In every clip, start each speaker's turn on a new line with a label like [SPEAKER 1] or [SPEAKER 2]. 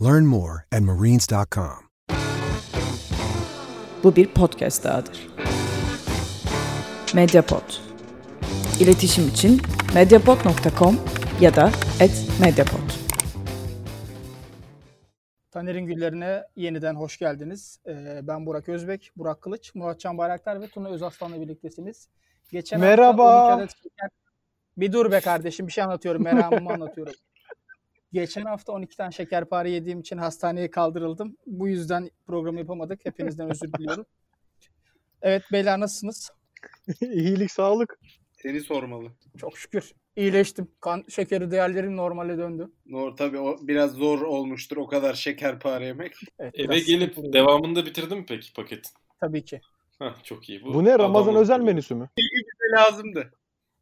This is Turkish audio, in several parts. [SPEAKER 1] Learn more at marines.com.
[SPEAKER 2] Bu bir podcast dahadır. Mediapod. İletişim için mediapod.com ya da @mediapod.
[SPEAKER 3] Taner'in Güllerine yeniden hoş geldiniz. Ee, ben Burak Özbek, Burak Kılıç, Murat Can Bayraktar ve Tuna Özaslan'la birliktesiniz. Geçen hafta
[SPEAKER 4] Merhaba.
[SPEAKER 3] 12 adet şeker... Bir dur be kardeşim bir şey anlatıyorum, meramımı anlatıyorum. Geçen hafta 12 tane şekerpare yediğim için hastaneye kaldırıldım. Bu yüzden programı yapamadık. Hepinizden özür diliyorum. Evet beyler nasılsınız?
[SPEAKER 4] İyilik sağlık.
[SPEAKER 5] Seni sormalı.
[SPEAKER 3] Çok şükür. İyileştim. Kan şekeri değerlerim normale döndü.
[SPEAKER 5] No, tabii o biraz zor olmuştur o kadar şekerpare yemek.
[SPEAKER 3] Evet,
[SPEAKER 6] Eve
[SPEAKER 3] biraz
[SPEAKER 6] gelip devamını da bitirdin mi peki paketin?
[SPEAKER 3] tabii ki.
[SPEAKER 6] Hah, çok iyi.
[SPEAKER 4] Bu ne Ramazan
[SPEAKER 6] adamın-
[SPEAKER 4] özel menüsü mü?
[SPEAKER 5] Bize lazımdı.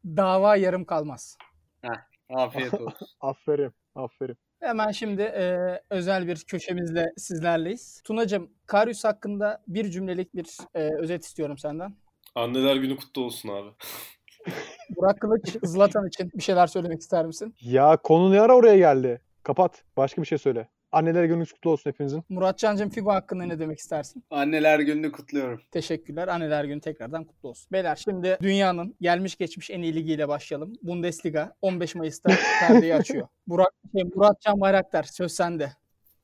[SPEAKER 3] Dava yarım kalmaz.
[SPEAKER 5] Afiyet olsun.
[SPEAKER 4] Aferin. Aferin.
[SPEAKER 3] Hemen şimdi e, özel bir köşemizle sizlerleyiz. Tunacığım, Karius hakkında bir cümlelik bir e, özet istiyorum senden.
[SPEAKER 6] Anneler günü kutlu olsun abi.
[SPEAKER 3] Burak Kılıç, Zlatan için bir şeyler söylemek ister misin?
[SPEAKER 4] Ya konu ne ara oraya geldi? Kapat. Başka bir şey söyle. Anneler gününüz kutlu olsun hepinizin.
[SPEAKER 3] Murat Can'cığım Figo hakkında ne demek istersin?
[SPEAKER 5] Anneler gününü kutluyorum.
[SPEAKER 3] Teşekkürler. Anneler günü tekrardan kutlu olsun. Beyler şimdi dünyanın gelmiş geçmiş en iyi ligiyle başlayalım. Bundesliga 15 Mayıs'ta perdeyi açıyor. Burak, şey, Murat Can Bayraktar söz sende.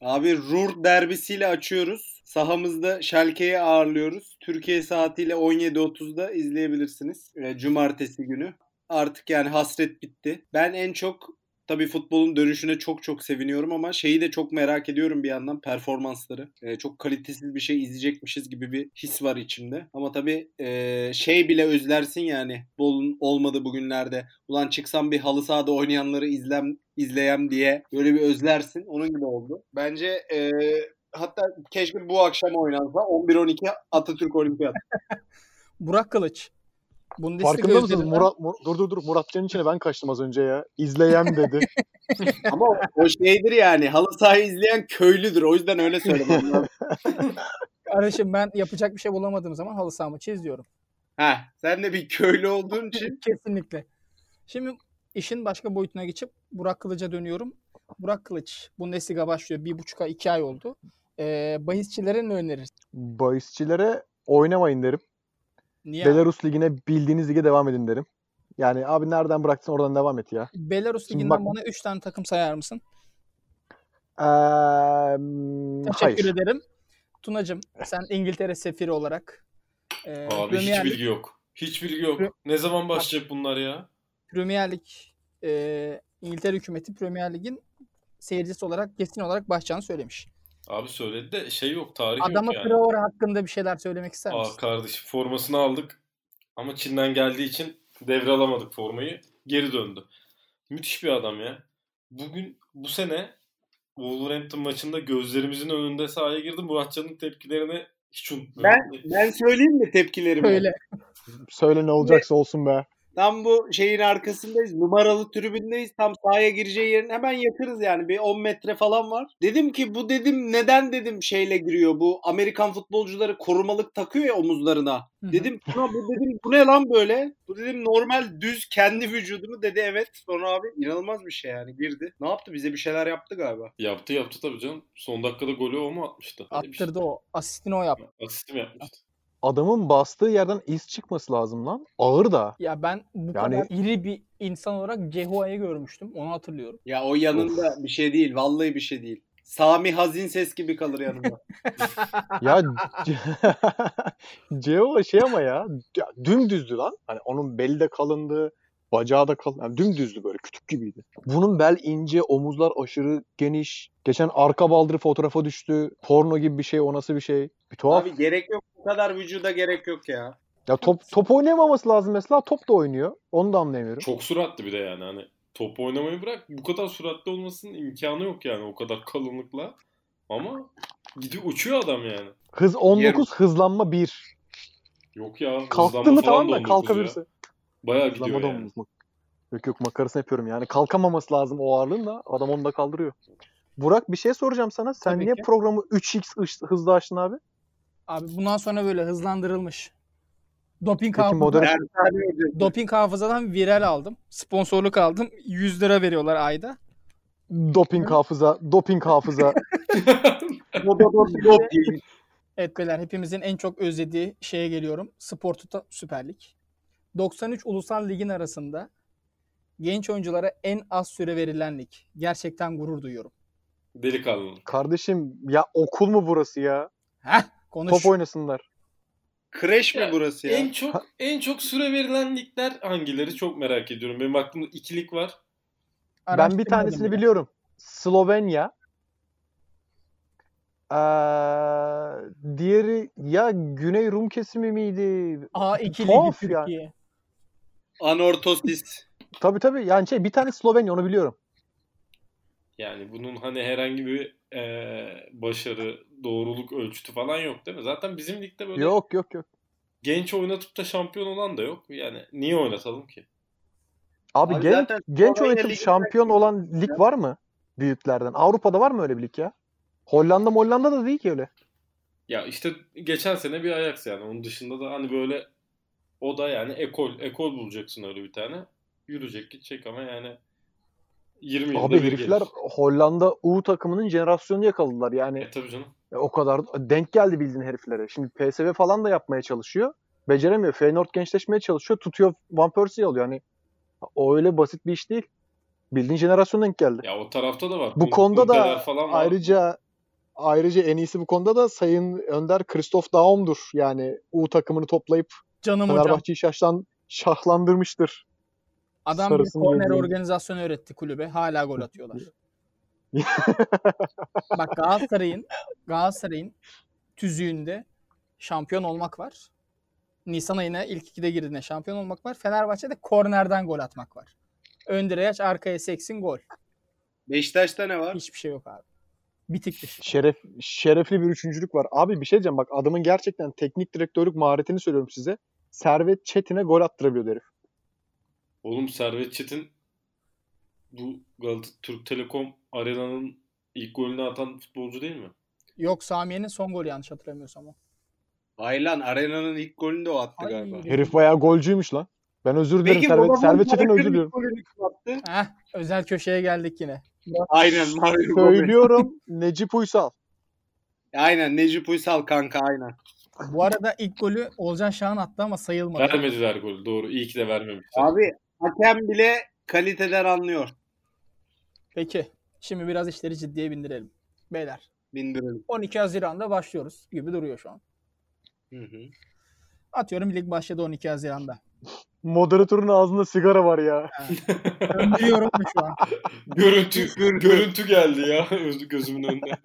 [SPEAKER 5] Abi Ruhr derbisiyle açıyoruz. Sahamızda Schalke'yi ağırlıyoruz. Türkiye saatiyle 17.30'da izleyebilirsiniz. E, Cumartesi günü. Artık yani hasret bitti. Ben en çok tabii futbolun dönüşüne çok çok seviniyorum ama şeyi de çok merak ediyorum bir yandan performansları. E, çok kalitesiz bir şey izleyecekmişiz gibi bir his var içimde. Ama tabii e, şey bile özlersin yani futbolun olmadı bugünlerde. Ulan çıksam bir halı sahada oynayanları izlem izleyem diye böyle bir özlersin. Onun gibi oldu. Bence e, hatta keşke bu akşam oynansa 11-12 Atatürk Olimpiyat.
[SPEAKER 3] Burak Kılıç. Bundesliga
[SPEAKER 7] Farkında mısınız?
[SPEAKER 3] özleminden-
[SPEAKER 7] Murat, Mur- dur dur dur. Muratcan'ın içine ben kaçtım az önce ya. İzleyem dedi.
[SPEAKER 5] Ama o şeydir yani halı sahayı izleyen köylüdür. O yüzden öyle söylemem lazım.
[SPEAKER 3] Kardeşim ben yapacak bir şey bulamadığım zaman halı saha maçı izliyorum.
[SPEAKER 5] Heh, sen de bir köylü olduğun için
[SPEAKER 3] Kesinlikle. Şimdi işin başka boyutuna geçip Burak Kılıç'a dönüyorum. Burak Kılıç Bundesliga başlıyor. Bir buçuk ay, iki ay oldu. Ee, bahisçilere ne önerirsin?
[SPEAKER 4] Bahisçilere oynamayın derim.
[SPEAKER 3] Niye?
[SPEAKER 4] Belarus ligine bildiğiniz lige devam edin derim. Yani abi nereden bıraktın oradan devam et ya.
[SPEAKER 3] Belarus
[SPEAKER 4] Şimdi
[SPEAKER 3] Ligi'nden
[SPEAKER 4] bak-
[SPEAKER 3] bana üç tane takım sayar mısın?
[SPEAKER 4] Eee,
[SPEAKER 3] Teşekkür
[SPEAKER 4] hayır.
[SPEAKER 3] ederim. Tunacığım sen İngiltere sefiri olarak e,
[SPEAKER 6] Abi
[SPEAKER 3] Premier,
[SPEAKER 6] hiç
[SPEAKER 3] Lig,
[SPEAKER 6] bilgi yok. Hiç bilgi
[SPEAKER 3] Pre-
[SPEAKER 6] yok. Ne zaman başlayacak bunlar ya?
[SPEAKER 3] Premier Lig e, İngiltere hükümeti Premier Lig'in seyircisi olarak kesin olarak başlayacağını söylemiş.
[SPEAKER 6] Abi söyledi de şey yok, tarih
[SPEAKER 3] Adama
[SPEAKER 6] yok yani.
[SPEAKER 3] Traore hakkında bir şeyler söylemek ister misin?
[SPEAKER 6] Aa kardeşim formasını aldık ama Çin'den geldiği için devralamadık formayı. Geri döndü. Müthiş bir adam ya. Bugün bu sene Wolverhampton maçında gözlerimizin önünde sahaya girdi. Muratcan'ın tepkilerini hiç unutmuyorum.
[SPEAKER 5] Ben söyleyeyim mi tepkilerimi?
[SPEAKER 3] Öyle.
[SPEAKER 7] Söyle ne olacaksa olsun be.
[SPEAKER 5] Tam bu şeyin arkasındayız. Numaralı tribündeyiz. Tam sahaya gireceği yerin hemen yakınız yani. Bir 10 metre falan var. Dedim ki bu dedim neden dedim şeyle giriyor bu Amerikan futbolcuları korumalık takıyor ya omuzlarına.
[SPEAKER 3] Hı hı.
[SPEAKER 5] Dedim "Ulan bu dedim bu ne lan böyle? Bu dedim normal düz kendi vücudumu dedi evet. Sonra abi inanılmaz bir şey yani girdi. Ne yaptı bize bir şeyler yaptı galiba.
[SPEAKER 6] Yaptı yaptı tabii canım. Son dakikada golü o mu atmıştı? Öyle bir şey.
[SPEAKER 3] Attırdı o. Asistini o yaptı.
[SPEAKER 6] Asist mi yapmıştı?
[SPEAKER 4] Adamın bastığı yerden iz çıkması lazım lan. Ağır da.
[SPEAKER 3] Ya ben bu
[SPEAKER 4] Yani-
[SPEAKER 3] kadar iri bir insan olarak Cehua'yı görmüştüm. Onu hatırlıyorum.
[SPEAKER 5] Ya o yanında bir şey değil. Vallahi bir şey değil. Sami Hazin ses gibi kalır yanımda.
[SPEAKER 7] ya Ceo şey ama ya, ya dümdüzdü lan. Hani onun beli de kalındı, bacağı da kalın. Yani dümdüzdü böyle kütük gibiydi. Bunun bel ince, omuzlar aşırı geniş. Geçen arka baldırı fotoğrafa düştü. Porno gibi bir şey, o nasıl bir şey? Bir tuhaf.
[SPEAKER 5] Abi gerek yok. Bu kadar vücuda gerek yok ya.
[SPEAKER 7] Ya top top oynayamaması lazım mesela. Top da oynuyor. Onu da anlayamıyorum.
[SPEAKER 6] Çok suratlı bir de yani hani top oynamayı bırak bu kadar suratlı olmasının imkanı yok yani o kadar kalınlıkla. Ama gidiyor uçuyor adam yani.
[SPEAKER 7] Hız 19, hızlanma 1.
[SPEAKER 6] Yok ya
[SPEAKER 7] Kalktı
[SPEAKER 6] hızlanma
[SPEAKER 7] mı
[SPEAKER 6] falan
[SPEAKER 7] tamam
[SPEAKER 6] da
[SPEAKER 7] da
[SPEAKER 6] 19
[SPEAKER 7] kalkabilirse.
[SPEAKER 6] Ya. Bayağı gidiyor
[SPEAKER 7] Hızlanma da
[SPEAKER 6] yani.
[SPEAKER 7] 19. Yok yok makarasını yapıyorum yani. Kalkamaması lazım o ağırlığın da adam onu da kaldırıyor. Burak bir şey soracağım sana. Sen
[SPEAKER 3] Tabii
[SPEAKER 7] niye
[SPEAKER 3] ki.
[SPEAKER 7] programı 3x hız- hızlı açtın abi?
[SPEAKER 3] Abi bundan sonra böyle hızlandırılmış. Doping
[SPEAKER 7] Peki
[SPEAKER 3] hafıza,
[SPEAKER 7] moderatör
[SPEAKER 5] Dershane hocası.
[SPEAKER 3] doping hafızadan viral aldım. Sponsorluk aldım. 100 lira veriyorlar ayda.
[SPEAKER 7] doping hafıza, doping hafıza.
[SPEAKER 5] Do- do- do- doping.
[SPEAKER 3] Evet beyler hepimizin en çok özlediği şeye geliyorum. Spor Tuta Süper Lig. 93 Ulusal Lig'in arasında genç oyunculara en az süre verilen lig. Gerçekten gurur duyuyorum.
[SPEAKER 6] Delikanlı.
[SPEAKER 7] Kardeşim ya okul mu burası ya?
[SPEAKER 3] Heh konuş.
[SPEAKER 7] Top oynasınlar.
[SPEAKER 5] Crash mi
[SPEAKER 6] Ya,
[SPEAKER 5] burası ya?
[SPEAKER 6] En çok en çok süre verilen ligler hangileri çok merak ediyorum. Benim aklımda iki lig var.
[SPEAKER 7] ben bir
[SPEAKER 3] Araştırmadım
[SPEAKER 7] tanesini
[SPEAKER 3] bile.
[SPEAKER 7] biliyorum. Slovenya. Ee, diğeri ya Güney Rum kesimi miydi?
[SPEAKER 3] A2 Ligi
[SPEAKER 7] Tuhaf yani.
[SPEAKER 3] Türkiye.
[SPEAKER 5] Anortosis.
[SPEAKER 7] Tabii tabii yani şey bir tane Slovenya onu biliyorum.
[SPEAKER 6] Yani bunun hani herhangi bir eee, başarı, doğruluk ölçütü falan yok değil mi? Zaten bizim ligde böyle
[SPEAKER 7] Yok yok yok.
[SPEAKER 6] genç oynatıp da şampiyon olan da yok. Yani niye oynatalım ki?
[SPEAKER 7] Abi,
[SPEAKER 5] Abi
[SPEAKER 7] genç,
[SPEAKER 5] zaten
[SPEAKER 7] genç
[SPEAKER 5] Slovenya
[SPEAKER 7] oynatıp
[SPEAKER 5] ligi-
[SPEAKER 7] şampiyon olan lig var mı? Büyüklerden. Avrupa'da var mı öyle bir lig ya? Hollanda Hollanda da değil ki öyle.
[SPEAKER 6] Ya işte geçen sene bir Ajax yani. Onun dışında da hani böyle o da yani ekol, ekol bulacaksın öyle bir tane. Yürüyecek gidecek ama yani 20 yılda
[SPEAKER 7] Abi
[SPEAKER 6] bir
[SPEAKER 7] herifler
[SPEAKER 6] gelir.
[SPEAKER 7] Hollanda U takımının jenerasyonunu yakaladılar. Yani
[SPEAKER 6] E tabii canım.
[SPEAKER 7] E, O kadar denk geldi bildiğin heriflere. Şimdi PSV falan da yapmaya çalışıyor. Beceremiyor. Feyenoord gençleşmeye çalışıyor. Tutuyor Van Persie alıyor. Hani o öyle basit bir iş değil. Bildiğin jenerasyon denk geldi.
[SPEAKER 6] Ya o tarafta da var.
[SPEAKER 7] bu konuda
[SPEAKER 6] Kunteler
[SPEAKER 7] da
[SPEAKER 6] falan var.
[SPEAKER 7] ayrıca ayrıca en iyisi bu konuda da Sayın Önder Christoph Daum'dur. Yani U takımını toplayıp
[SPEAKER 3] Canım hocam.
[SPEAKER 7] Fenerbahçe'yi şahlan, şahlandırmıştır.
[SPEAKER 3] Adam bir
[SPEAKER 7] sarısını
[SPEAKER 3] korner
[SPEAKER 7] yedim.
[SPEAKER 3] organizasyonu öğretti kulübe. Hala gol atıyorlar. Bak Galatasaray'ın Galatasaray'ın tüzüğünde şampiyon olmak var. Nisan ayına ilk ikide girdiğinde şampiyon olmak var. Fenerbahçe'de kornerden gol atmak var. Ön direğe arkaya seksin gol.
[SPEAKER 5] Beşiktaş'ta ne var?
[SPEAKER 3] Hiçbir şey yok abi. Bitik bir şey.
[SPEAKER 7] Şeref, şerefli bir üçüncülük var. Abi bir şey diyeceğim bak adamın gerçekten teknik direktörlük maharetini söylüyorum size. Servet Çetin'e gol attırabiliyor herif.
[SPEAKER 6] Oğlum Servet Çetin bu Galata Türk Telekom Arena'nın ilk golünü atan futbolcu değil mi?
[SPEAKER 3] Yok Samiye'nin son golü yanlış hatırlamıyorsam o.
[SPEAKER 5] Haylan Arena'nın ilk golünü de o attı
[SPEAKER 3] Ay,
[SPEAKER 5] galiba.
[SPEAKER 3] rezil.
[SPEAKER 7] Herif bayağı golcüymüş lan. Ben özür dilerim
[SPEAKER 5] Peki
[SPEAKER 7] Servet,
[SPEAKER 5] Vodafone
[SPEAKER 7] Servet Çetin özür
[SPEAKER 5] Park'ın
[SPEAKER 7] diliyorum.
[SPEAKER 5] golünü kim attı?
[SPEAKER 3] Heh, özel köşeye geldik yine.
[SPEAKER 5] Aynen Mario Gomez.
[SPEAKER 7] Söylüyorum Necip Uysal.
[SPEAKER 5] Aynen Necip Uysal kanka aynen.
[SPEAKER 3] Bu arada ilk golü Olcan Şahan attı ama sayılmadı.
[SPEAKER 6] Vermediler golü doğru. İyi ki de vermemişler.
[SPEAKER 5] Abi hakem bile kaliteden anlıyor.
[SPEAKER 3] Peki. Şimdi biraz işleri ciddiye bindirelim. Beyler.
[SPEAKER 5] Bindirelim.
[SPEAKER 3] 12 Haziran'da başlıyoruz gibi duruyor şu an.
[SPEAKER 5] Hı hı.
[SPEAKER 3] Atıyorum lig başladı 12 Haziran'da.
[SPEAKER 7] Moderatörün ağzında sigara var ya.
[SPEAKER 3] Öndürüyorum da şu an.
[SPEAKER 6] Görüntü, görüntü geldi ya öz- gözümün önüne.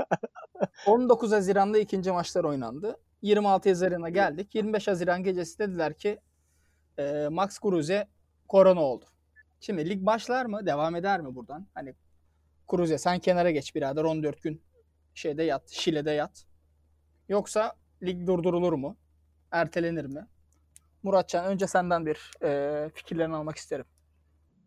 [SPEAKER 3] 19 Haziran'da ikinci maçlar oynandı. 26 Haziran'a geldik. 25 Haziran gecesi dediler ki e, Max Kruse korona oldu. Şimdi lig başlar mı? Devam eder mi buradan? Hani Kruse sen kenara geç birader 14 gün şeyde yat, Şile'de yat. Yoksa lig durdurulur mu? Ertelenir mi? Muratcan önce senden bir e, fikirlerini almak isterim.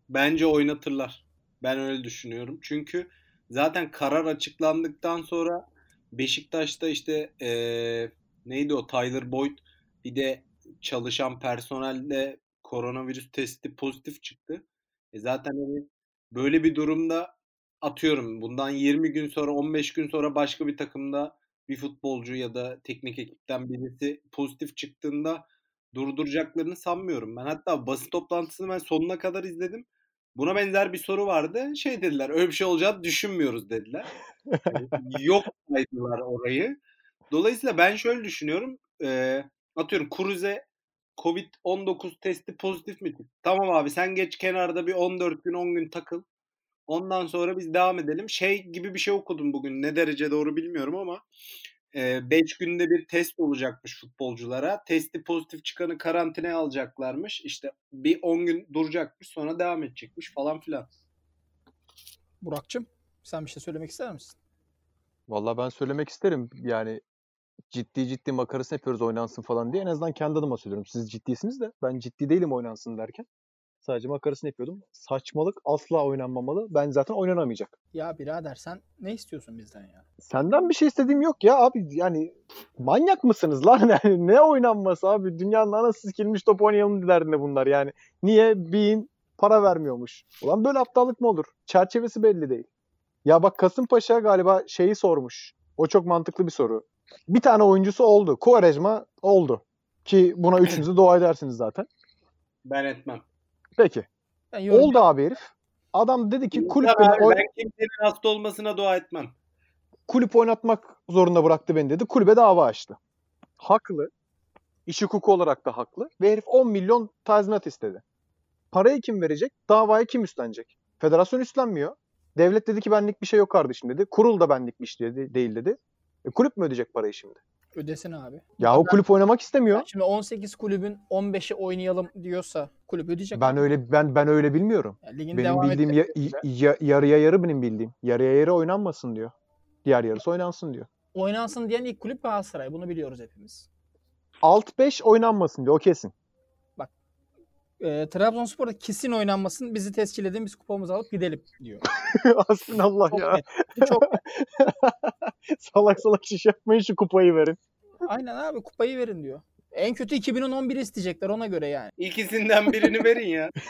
[SPEAKER 5] Bence oynatırlar. Ben öyle düşünüyorum. Çünkü zaten karar açıklandıktan sonra Beşiktaş'ta işte eee, neydi o Tyler Boyd bir de çalışan personelde koronavirüs testi pozitif çıktı. E zaten hani böyle bir durumda atıyorum bundan 20 gün sonra 15 gün sonra başka bir takımda bir futbolcu ya da teknik ekipten birisi pozitif çıktığında durduracaklarını sanmıyorum. Ben hatta basın toplantısını ben sonuna kadar izledim. Buna benzer bir soru vardı. Şey dediler öyle bir şey olacağını düşünmüyoruz dediler. Hani Yok saydılar orayı. Dolayısıyla ben şöyle düşünüyorum. E, atıyorum Kuruze Covid-19 testi pozitif mi? çıktı? Tamam abi sen geç kenarda bir 14 gün 10 gün takıl. Ondan sonra biz devam edelim. Şey gibi bir şey okudum bugün. Ne derece doğru bilmiyorum ama 5 günde bir test olacakmış futbolculara. Testi pozitif çıkanı karantinaya alacaklarmış. İşte bir 10 gün duracakmış sonra devam edecekmiş falan filan.
[SPEAKER 3] Burak'cığım sen bir şey söylemek ister misin?
[SPEAKER 7] Vallahi ben söylemek isterim. Yani ciddi ciddi makarasını yapıyoruz oynansın falan diye. En azından kendi adıma söylüyorum. Siz ciddisiniz de ben ciddi değilim oynansın derken. Sadece makarasını yapıyordum. Saçmalık asla oynanmamalı. Ben zaten oynanamayacak.
[SPEAKER 3] Ya birader sen ne istiyorsun bizden ya?
[SPEAKER 7] Senden bir şey istediğim yok ya abi. Yani manyak mısınız lan? Yani ne oynanması abi? Dünyanın anasız kilmiş top oynayalım derdinde bunlar yani. Niye Bean para vermiyormuş? Ulan böyle aptallık mı olur? Çerçevesi belli değil. Ya bak Kasımpaşa galiba şeyi sormuş. O çok mantıklı bir soru. Bir tane oyuncusu oldu. Kuvarejma oldu. Ki buna üçünüz de dua edersiniz zaten.
[SPEAKER 5] Ben etmem.
[SPEAKER 7] Peki.
[SPEAKER 3] Ben yorum-
[SPEAKER 7] Oldu abi herif. Adam dedi ki kulüp
[SPEAKER 5] Tabii
[SPEAKER 7] beni
[SPEAKER 5] abi,
[SPEAKER 7] oy-
[SPEAKER 5] ben kimsenin hasta olmasına dua etmem.
[SPEAKER 7] kulüp oynatmak zorunda bıraktı beni dedi. Kulübe dava açtı. Haklı. İş hukuku olarak da haklı. Ve herif 10 milyon tazminat istedi. Parayı kim verecek? Davayı kim üstlenecek? Federasyon üstlenmiyor. Devlet dedi ki benlik bir şey yok kardeşim dedi. Kurul da benlik bir şey dedi- değil dedi. E, kulüp mü ödeyecek parayı şimdi?
[SPEAKER 3] Ödesin abi.
[SPEAKER 7] Ya o kulüp oynamak istemiyor.
[SPEAKER 3] Şimdi 18 kulübün 15'i oynayalım diyorsa kulüp ödeyecek.
[SPEAKER 7] Ben öyle ben ben öyle bilmiyorum.
[SPEAKER 3] Yani ligin
[SPEAKER 7] Benim
[SPEAKER 3] şey devam
[SPEAKER 7] bildiğim
[SPEAKER 3] etmesi-
[SPEAKER 7] ya- ya- yarıya yarı benim bildiğim. Yarıya yarı oynanmasın diyor. Diğer yarısı oynansın diyor.
[SPEAKER 3] Oynansın diyen ilk kulüp Galatasaray. Bunu biliyoruz hepimiz.
[SPEAKER 7] Alt 5 oynanmasın diyor o kesin.
[SPEAKER 3] Ee, Trabzonspor'da kesin oynanmasın. Bizi tescil edin biz kupamızı alıp gidelim diyor.
[SPEAKER 7] Hasbinallah
[SPEAKER 3] Çok
[SPEAKER 7] ya.
[SPEAKER 3] net. Bu Çok
[SPEAKER 7] salak salak şiş yapmayın şu kupayı verin.
[SPEAKER 3] Aynen abi kupayı verin diyor. En kötü 2011 isteyecekler ona göre yani.
[SPEAKER 5] İkisinden birini verin ya.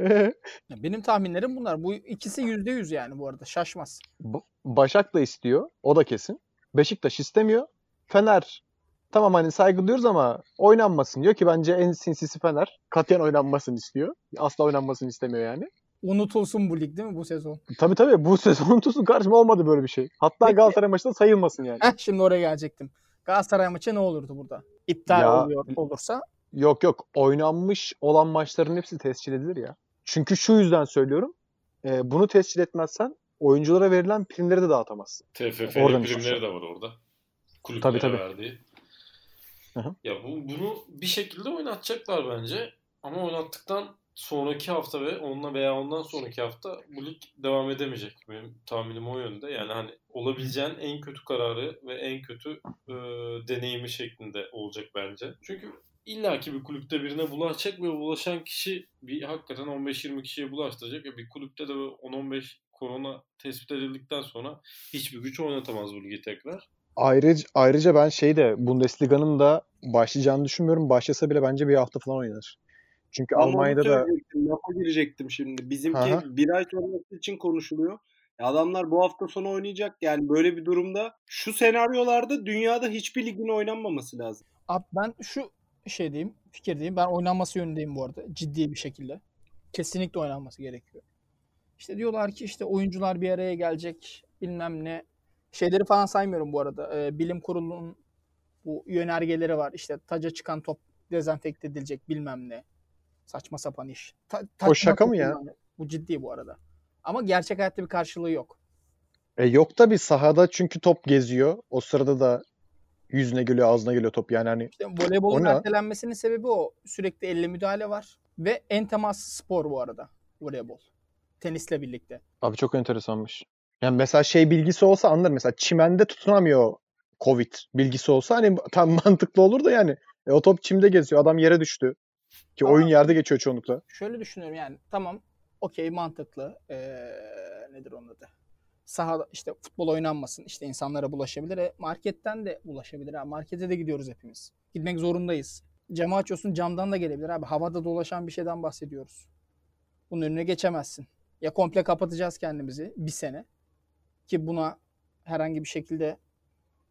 [SPEAKER 7] Ee,
[SPEAKER 3] Ya Benim tahminlerim bunlar. Bu ikisi %100 yani bu arada şaşmaz.
[SPEAKER 7] Ba- Başak da istiyor. O da kesin. Beşiktaş istemiyor. Fener tamam hani saygı duyuyoruz ama oynanmasın diyor ki bence en sinsisi Fener. Katiyen oynanmasın istiyor. Asla oynanmasını istemiyor yani.
[SPEAKER 3] Unutulsun bu lig değil mi bu sezon?
[SPEAKER 7] Tabii tabii bu sezon tutsun karşıma olmadı böyle bir şey. Hatta
[SPEAKER 3] Peki.
[SPEAKER 7] Galatasaray maçında sayılmasın yani.
[SPEAKER 3] Heh, şimdi oraya gelecektim. Galatasaray maçı ne olurdu burada? İptal
[SPEAKER 7] Ya-
[SPEAKER 3] oluyor, olursa
[SPEAKER 7] Yok yok oynanmış olan maçların hepsi tescil edilir ya. Çünkü şu yüzden söylüyorum. E, bunu tescil etmezsen oyunculara verilen primleri de dağıtamazsın.
[SPEAKER 6] TFF'nin
[SPEAKER 7] Oradan
[SPEAKER 6] primleri
[SPEAKER 7] işte.
[SPEAKER 6] de var orada.
[SPEAKER 7] Tabii,
[SPEAKER 6] Kulüplere
[SPEAKER 7] tabii.
[SPEAKER 6] verdiği.
[SPEAKER 7] Hı hı.
[SPEAKER 6] Ya bu, bunu bir şekilde oynatacaklar bence. Ama oynattıktan sonraki hafta ve onunla veya ondan sonraki hafta bu lig devam edemeyecek. Benim tahminim o yönde. Yani hani olabileceğin en kötü kararı ve en kötü e, deneyimi şeklinde olacak bence. Çünkü illaki bir kulüpte birine bulaşacak ve bulaşan kişi bir hakikaten 15-20 kişiye bulaştıracak. E bir kulüpte de böyle 10-15 korona tespit edildikten sonra hiçbir güç oynatamaz bu ligi tekrar.
[SPEAKER 7] Ayrıca, ayrıca ben şey de Bundesliga'nın da başlayacağını düşünmüyorum. Başlasa bile bence bir hafta falan oynanır. Çünkü
[SPEAKER 5] Tam onu
[SPEAKER 7] Almanya'da da
[SPEAKER 5] söyleyecektim, lafa girecektim şimdi. Bizimki
[SPEAKER 7] Aha.
[SPEAKER 5] bir ay sonrası için konuşuluyor. E Adamlar bu hafta sonu oynayacak. Yani böyle bir durumda şu senaryolarda dünyada hiçbir ligin oynanmaması lazım.
[SPEAKER 3] Abi ben şu şey diyeyim, fikir diyeyim. Ben oynanması yönündeyim bu arada. Ciddi bir şekilde. Kesinlikle oynanması gerekiyor. İşte diyorlar ki işte oyuncular bir araya gelecek bilmem ne. Şeyleri falan saymıyorum bu arada. Ee, bilim kurulunun bu yönergeleri var. İşte taca çıkan top dezenfekte edilecek bilmem ne. Saçma sapan iş. Ta- taçma
[SPEAKER 7] şaka mı
[SPEAKER 3] top
[SPEAKER 7] ya?
[SPEAKER 3] bilmem ne. Bu ciddi bu arada. Ama gerçek hayatta bir karşılığı yok.
[SPEAKER 7] e, yok da bir sahada çünkü top geziyor. O sırada da yüzüne geliyor, ağzına geliyor top. Yani hani
[SPEAKER 3] İşte voleybolun
[SPEAKER 7] O ne?
[SPEAKER 3] ertelenmesinin sebebi o. Sürekli elle müdahale var. Ve en temaslı spor bu arada. Voleybol. Tenisle birlikte.
[SPEAKER 7] abi çok enteresanmış. Yani mesela şey bilgisi olsa anlarım. Mesela çimende tutunamıyor Covid bilgisi olsa hani tam mantıklı olur da yani. E, o top çimde geziyor. Adam yere düştü. Ki
[SPEAKER 3] Ama-
[SPEAKER 7] oyun yerde geçiyor çoğunlukla.
[SPEAKER 3] Şöyle düşünüyorum yani tamam okey mantıklı. Ee, nedir onun adı? Sahada işte futbol oynanmasın. işte insanlara bulaşabilir. E, marketten de bulaşabilir. Abi. Markete de gidiyoruz hepimiz. Gitmek zorundayız. Camı açıyorsun camdan da gelebilir abi. Havada dolaşan bir şeyden bahsediyoruz. Bunun önüne geçemezsin. Ya komple kapatacağız kendimizi bir sene. Ki buna herhangi bir şekilde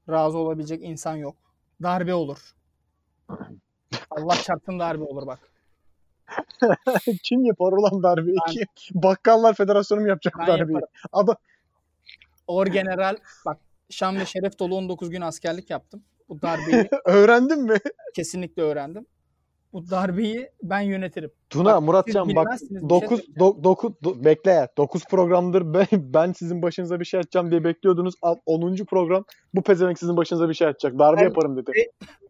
[SPEAKER 3] razı olabilecek insan yok. Darbe olur. Allah çarptın darbe olur bak.
[SPEAKER 7] Kim yapar ulan darbeyi? Kim? Bakkallar Federasyonu mu yapacak
[SPEAKER 3] Ben
[SPEAKER 7] darbeyi?
[SPEAKER 3] yaparım.
[SPEAKER 7] Adam
[SPEAKER 3] Orgeneral bak şan ve şeref dolu 19 gün askerlik yaptım. Bu darbeyi
[SPEAKER 7] öğrendin mi?
[SPEAKER 3] kesinlikle öğrendim. Bu darbeyi ben yönetirim.
[SPEAKER 7] Tuna
[SPEAKER 3] Bak,
[SPEAKER 7] Muratcan
[SPEAKER 3] siz
[SPEAKER 7] bak
[SPEAKER 3] bilmezsiniz, bir şey
[SPEAKER 7] 9
[SPEAKER 3] söyleyeceğim.
[SPEAKER 7] 9 bekle ya. 9 programdır ben, ben sizin başınıza bir şey açacağım diye bekliyordunuz. 10. program bu pezevenk sizin başınıza bir şey açacak. Darbe
[SPEAKER 5] Ben-
[SPEAKER 7] yaparım dedi.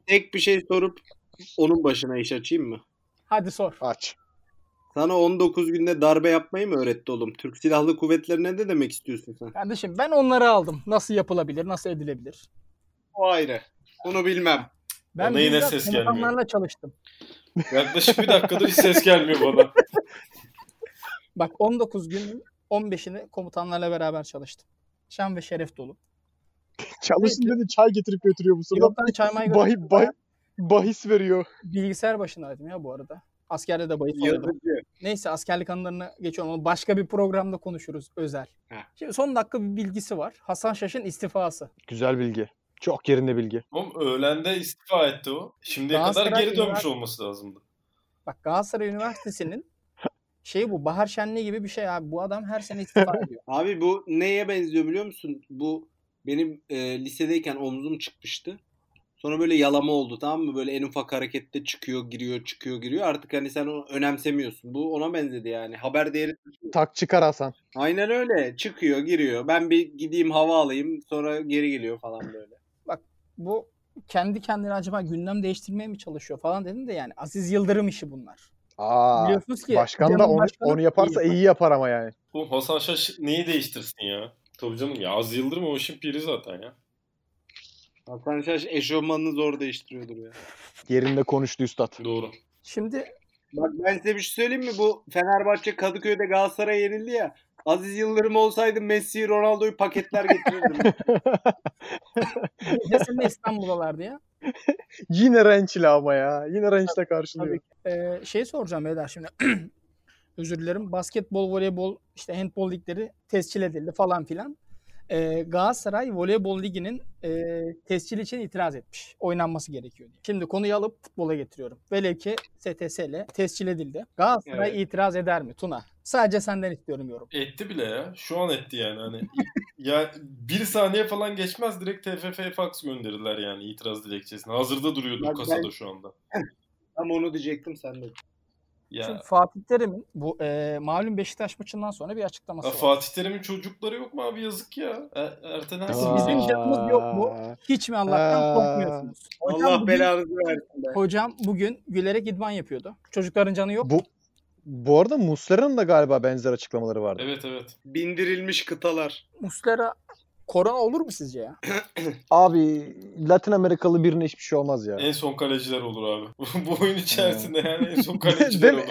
[SPEAKER 5] Tek bir şey sorup onun başına iş açayım mı?
[SPEAKER 3] Hadi sor.
[SPEAKER 7] Aç.
[SPEAKER 5] Sana 19 günde darbe yapmayı mı öğretti oğlum? Türk Silahlı Kuvvetleri'ne ne demek istiyorsun sen?
[SPEAKER 3] Kardeşim ben onları aldım. Nasıl yapılabilir? Nasıl edilebilir?
[SPEAKER 5] O ayrı. Onu bilmem.
[SPEAKER 3] Ben
[SPEAKER 6] Ona yine
[SPEAKER 3] bizzat
[SPEAKER 6] ses
[SPEAKER 3] komutanlarla
[SPEAKER 6] gelmiyor.
[SPEAKER 3] çalıştım.
[SPEAKER 6] Yaklaşık bir dakikadır hiç ses gelmiyor bana.
[SPEAKER 3] Bak 19 gün 15'ini komutanlarla beraber çalıştım. Şan ve şeref dolu.
[SPEAKER 7] Çalışın dedi çay getirip götürüyor bu sırada.
[SPEAKER 3] Pilottan çaymaya
[SPEAKER 7] Bahi,
[SPEAKER 3] götürdüm.
[SPEAKER 7] bah- bahis veriyor.
[SPEAKER 3] Bilgisayar başındaydım ya bu arada. Askerde de bayit alıyordum.
[SPEAKER 5] Yazıcı.
[SPEAKER 3] Neyse askerlik anılarını geçiyorum. Onu başka bir programda konuşuruz özel.
[SPEAKER 5] Heh.
[SPEAKER 3] Şimdi son dakika bir bilgisi var. Hasan Şaş'ın istifası.
[SPEAKER 7] Güzel bilgi. Çok yerinde bilgi.
[SPEAKER 6] Oğlum öğlende istifa etti o. Şimdiye
[SPEAKER 3] Daha
[SPEAKER 6] kadar
[SPEAKER 3] sonra
[SPEAKER 6] geri dönmüş
[SPEAKER 3] üniversite-
[SPEAKER 6] olması lazımdı.
[SPEAKER 3] Bak Galatasaray Üniversitesi'nin şeyi bu. Bahar Şenliği gibi bir şey abi. Bu adam her sene istifa ediyor.
[SPEAKER 5] Abi bu neye benziyor biliyor musun? Bu benim e, lisedeyken omzum çıkmıştı. Sonra böyle yalama oldu tamam mı? Böyle en ufak harekette çıkıyor, giriyor, çıkıyor, giriyor. Artık hani sen onu önemsemiyorsun. Bu ona benzedi yani. Haber değeri.
[SPEAKER 7] Tak çıkar Hasan.
[SPEAKER 5] Aynen öyle. Çıkıyor, giriyor. Ben bir gideyim hava alayım. Sonra geri geliyor falan böyle.
[SPEAKER 3] Bu kendi kendine acaba gündem değiştirmeye mi çalışıyor falan dedim de yani Aziz Yıldırım işi bunlar.
[SPEAKER 7] Aa.
[SPEAKER 3] Biliyorsunuz ki
[SPEAKER 7] Başkan da
[SPEAKER 3] Cemal
[SPEAKER 7] onu,
[SPEAKER 3] Başkan'ın
[SPEAKER 7] onu yaparsa iyi yapar ama yani.
[SPEAKER 6] Oğlum Hasan Şaş neyi değiştirsin ya? Tabii canım ya az Yıldırım o işin piri zaten ya.
[SPEAKER 5] Hasan Şaş eşofmanını zor değiştiriyordur ya.
[SPEAKER 7] Yerinde konuştu üstad.
[SPEAKER 6] Doğru.
[SPEAKER 3] Şimdi
[SPEAKER 5] Bak ben size bir şey söyleyeyim mi? Bu Fenerbahçe Kadıköy'de Galatasaray'a yenildi ya. Aziz Yıldırım olsaydı Messi, Ronaldo'yu paketler getirirdim.
[SPEAKER 3] ya seninle İstanbul'dalardı ya.
[SPEAKER 7] Yine rençli ama ya. Yine rençle
[SPEAKER 3] Tabii
[SPEAKER 7] karşılıyor.
[SPEAKER 3] ki. Ee, şey soracağım beyler şimdi. Özür dilerim. Basketbol, voleybol, işte handbol ligleri tescil edildi falan filan. Ee, Galatasaray Voleybol Ligi'nin e, tescil için itiraz etmiş. Oynanması gerekiyor diye. Şimdi konuyu alıp futbola getiriyorum. Velev ki STS'le tescil edildi. Galatasaray
[SPEAKER 5] Evet.
[SPEAKER 3] itiraz eder mi Tuna? Sadece senden istiyorum yorum.
[SPEAKER 6] Etti bile ya. Şu an etti yani. Hani ya bir saniye falan geçmez direkt TFF'ye fax gönderirler yani itiraz dilekçesini. Hazırda duruyordu
[SPEAKER 5] Bak
[SPEAKER 6] kasada
[SPEAKER 5] ben-
[SPEAKER 6] şu anda.
[SPEAKER 5] Tam onu diyecektim sen de.
[SPEAKER 6] Ya
[SPEAKER 3] Şimdi Fatih Terim'in bu e, malum Beşiktaş maçından sonra bir açıklaması
[SPEAKER 6] Ya
[SPEAKER 3] var.
[SPEAKER 6] Fatih Terim'in çocukları yok mu abi yazık ya. Er, ertelendi.
[SPEAKER 3] Siz bizim
[SPEAKER 7] Aa.
[SPEAKER 3] canımız yok mu? Hiç mi Allah'tan
[SPEAKER 7] Aa.
[SPEAKER 3] korkmuyorsunuz? Hocam
[SPEAKER 5] Allah
[SPEAKER 3] bugün-
[SPEAKER 5] belanızı versin be.
[SPEAKER 3] Hocam bugün gülerek idman yapıyordu. Çocukların canı yok.
[SPEAKER 7] Bu bu arada Muslera'nın da galiba benzer açıklamaları vardı.
[SPEAKER 6] Evet evet.
[SPEAKER 5] Bindirilmiş kıtalar.
[SPEAKER 3] Muslera korona olur mu sizce ya?
[SPEAKER 7] Abi Latin Amerikalı birine hiçbir şey olmaz ya.
[SPEAKER 6] En son kaleciler olur abi. Bu oyun içerisinde yani en son kaleciler
[SPEAKER 7] mi?
[SPEAKER 6] olur.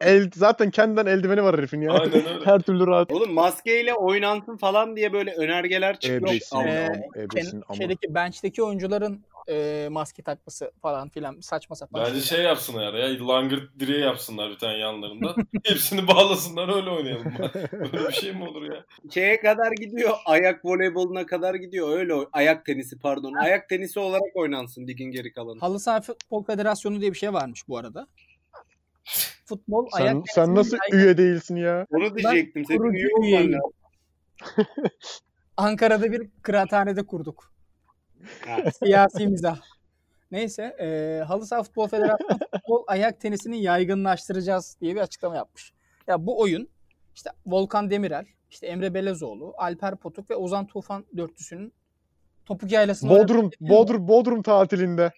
[SPEAKER 7] El, zaten kendinden eldiveni var herifin ya.
[SPEAKER 6] şey Aynen öyle.
[SPEAKER 7] Her türlü rahat.
[SPEAKER 5] Oğlum maskeyle oynansın falan diye böyle önergeler çıkıyor.
[SPEAKER 7] Ebresin,
[SPEAKER 5] Ama-
[SPEAKER 3] Ee,
[SPEAKER 7] am- ebresin
[SPEAKER 3] Ken-
[SPEAKER 7] ama.
[SPEAKER 3] Şeydeki bench'teki oyuncuların e, maske takması falan filan saçma sapan.
[SPEAKER 6] Bence
[SPEAKER 3] şeyler.
[SPEAKER 6] şey yapsınlar ya. Langırt direği yapsınlar bir tane yanlarında. Hepsini bağlasınlar öyle oynayalım. Böyle bir şey mi olur ya?
[SPEAKER 5] Şeye kadar gidiyor. Ayak voleyboluna kadar gidiyor. Öyle o- ayak tenisi pardon. Ayak tenisi olarak oynansın ligin geri kalanı.
[SPEAKER 3] Halı saha futbol federasyonu diye bir şey varmış bu arada. Futbol ayak
[SPEAKER 7] Sen, sen
[SPEAKER 3] tenisinin
[SPEAKER 7] nasıl
[SPEAKER 3] yaygın-
[SPEAKER 7] üye değilsin ya?
[SPEAKER 5] Onu diyecektim. Senin
[SPEAKER 3] kurucu
[SPEAKER 5] üye olman
[SPEAKER 3] üyeyim.
[SPEAKER 5] lazım.
[SPEAKER 3] Ankara'da bir kıraathanede kurduk.
[SPEAKER 5] Ha.
[SPEAKER 3] Siyasi mizah. Neyse, e, Halı Saha Futbol Federasyonu futbol ayak tenisini yaygınlaştıracağız diye bir açıklama yapmış. Ya bu oyun işte Volkan Demirel, işte Emre Belezoğlu, Alper Potuk ve Ozan Tufan dörtlüsünün topuk yaylasını
[SPEAKER 7] Bodrum, Bodrum, Bodrum tatilinde.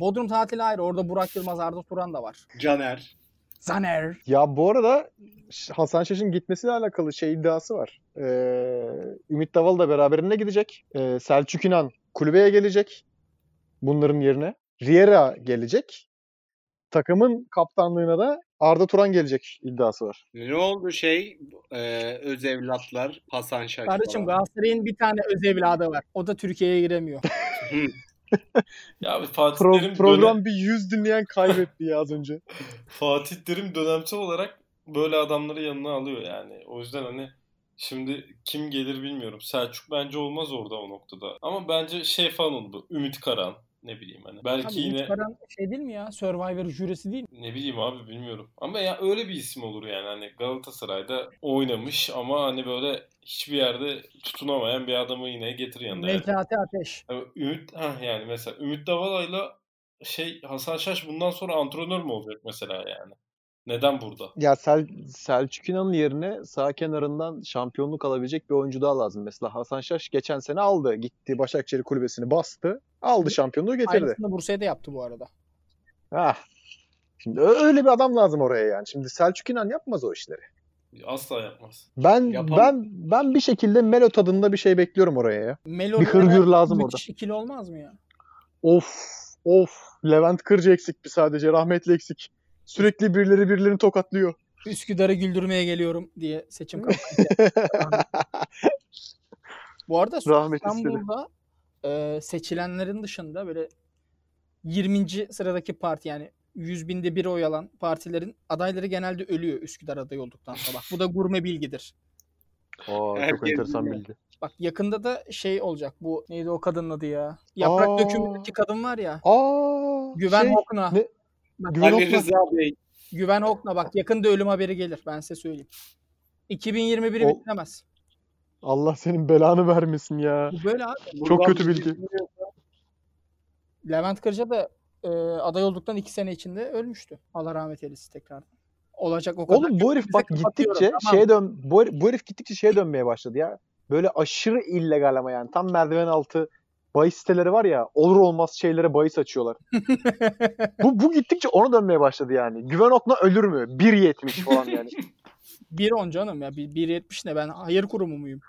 [SPEAKER 3] Bodrum tatili ayrı. Orada Burak Yılmaz, Arda Turan da var.
[SPEAKER 5] Caner.
[SPEAKER 3] Zaner.
[SPEAKER 7] Ya bu arada Ş- Hasan Şaş'ın gitmesiyle alakalı şey iddiası var. Ee, Ümit Daval da beraberinde gidecek. Ee, Selçuk İnan kulübeye gelecek. Bunların yerine. Riera gelecek. Takımın kaptanlığına da Arda Turan gelecek iddiası var.
[SPEAKER 5] Ne oldu şey? Ee, öz evlatlar. Hasan Şaş
[SPEAKER 3] Kardeşim
[SPEAKER 5] falan.
[SPEAKER 3] Galatasaray'ın bir tane öz evladı var. O da Türkiye'ye giremiyor.
[SPEAKER 6] Ya abi Fatih
[SPEAKER 7] Pro-
[SPEAKER 6] Terim
[SPEAKER 7] program
[SPEAKER 6] dönem,
[SPEAKER 7] bir 100 dinleyen kaybetti ya az önce.
[SPEAKER 6] Fatih Terim dönemsel olarak böyle adamları yanına alıyor yani. O yüzden hani şimdi kim gelir bilmiyorum. Selçuk bence olmaz orada o noktada. Ama bence şey falan oldu. Ümit Karan, Ne bileyim hani. Belki
[SPEAKER 3] Abi
[SPEAKER 6] yine
[SPEAKER 3] Umut Karan şey değil mi ya? Survivor jüresi değil mi?
[SPEAKER 6] ne bileyim abi bilmiyorum. Ama ya öyle bir isim olur yani hani Galatasaray'da oynamış ama hani böyle hiçbir yerde tutunamayan bir adamı yine getir yanına.
[SPEAKER 3] Necati Ateş.
[SPEAKER 6] Yani Ümit ha yani mesela Ümit Davala'yla şey Hasan Şaş bundan sonra antrenör mü olacak mesela yani? Neden burada?
[SPEAKER 7] Ya Sel Selçuk İnan'ın yerine sağ kenarından şampiyonluk alabilecek bir oyuncu daha lazım. Mesela Hasan Şaş geçen sene aldı. Gitti Başakşehir kulübesini bastı. Aldı şampiyonluğu getirdi.
[SPEAKER 3] Aynısını Bursa'ya da yaptı bu arada.
[SPEAKER 7] Hah. Şimdi ö- öyle bir adam lazım oraya yani. Şimdi Selçuk İnan yapmaz o işleri.
[SPEAKER 6] Asla yapmaz.
[SPEAKER 7] Ben
[SPEAKER 5] Yapam-
[SPEAKER 7] ben ben bir şekilde Melo tadında bir şey bekliyorum oraya ya.
[SPEAKER 3] Melo
[SPEAKER 7] Bir hırgür
[SPEAKER 3] Dora
[SPEAKER 7] lazım
[SPEAKER 3] müthiş ikili olmaz mı ya?
[SPEAKER 7] Of of Levent Kırcı eksik bir sadece rahmetli eksik. Sürekli birileri birilerini tokatlıyor.
[SPEAKER 3] Üsküdar'ı güldürmeye geliyorum diye seçim kampanyası. bu arada
[SPEAKER 7] Rahmet
[SPEAKER 3] İstanbul'da e, seçilenlerin dışında böyle 20. sıradaki parti yani 100 binde bir oy alan partilerin adayları genelde ölüyor Üsküdar adayı olduktan sonra. Bak bu da gurme bilgidir.
[SPEAKER 7] Aa,
[SPEAKER 5] Herkes
[SPEAKER 7] çok enteresan
[SPEAKER 5] biliyor.
[SPEAKER 7] bildi.
[SPEAKER 3] Bak yakında da şey olacak bu neydi o kadının adı ya? Yaprak
[SPEAKER 7] Aa.
[SPEAKER 3] dökümündeki kadın var ya.
[SPEAKER 7] Aa,
[SPEAKER 3] Güven
[SPEAKER 7] şey,
[SPEAKER 3] Hokna.
[SPEAKER 7] ne- Güven
[SPEAKER 5] Ali
[SPEAKER 7] Okman.
[SPEAKER 5] Rıza Bey.
[SPEAKER 3] Güven Hokna bak yakında ölüm haberi gelir ben size söyleyeyim. 2021
[SPEAKER 7] O-
[SPEAKER 3] bitiremez.
[SPEAKER 7] Allah senin belanı vermesin ya.
[SPEAKER 3] Bu böyle abi.
[SPEAKER 7] Çok
[SPEAKER 5] Buradan
[SPEAKER 7] kötü
[SPEAKER 5] bir
[SPEAKER 7] bilgi.
[SPEAKER 3] Levent Kırca da e, aday olduktan iki sene içinde ölmüştü. Allah rahmet eylesin tekrar. Olacak o kadar.
[SPEAKER 7] Oğlum bu herif
[SPEAKER 3] Bize
[SPEAKER 7] bak
[SPEAKER 3] kapatıyorum,
[SPEAKER 7] gittikçe şey-
[SPEAKER 3] tamam.
[SPEAKER 7] şeye dön bu, her- bu herif gittikçe şeye dönmeye başladı ya. Böyle aşırı illegal ama yani tam merdiven altı bahis siteleri var ya olur olmaz şeylere bahis açıyorlar. bu, bu gittikçe ona dönmeye başladı yani. Güven Okna ölür mü? 1.70 falan yani.
[SPEAKER 3] Bir on canım ya. Bir, bir yetmiş ne ben hayır kurumu muyum?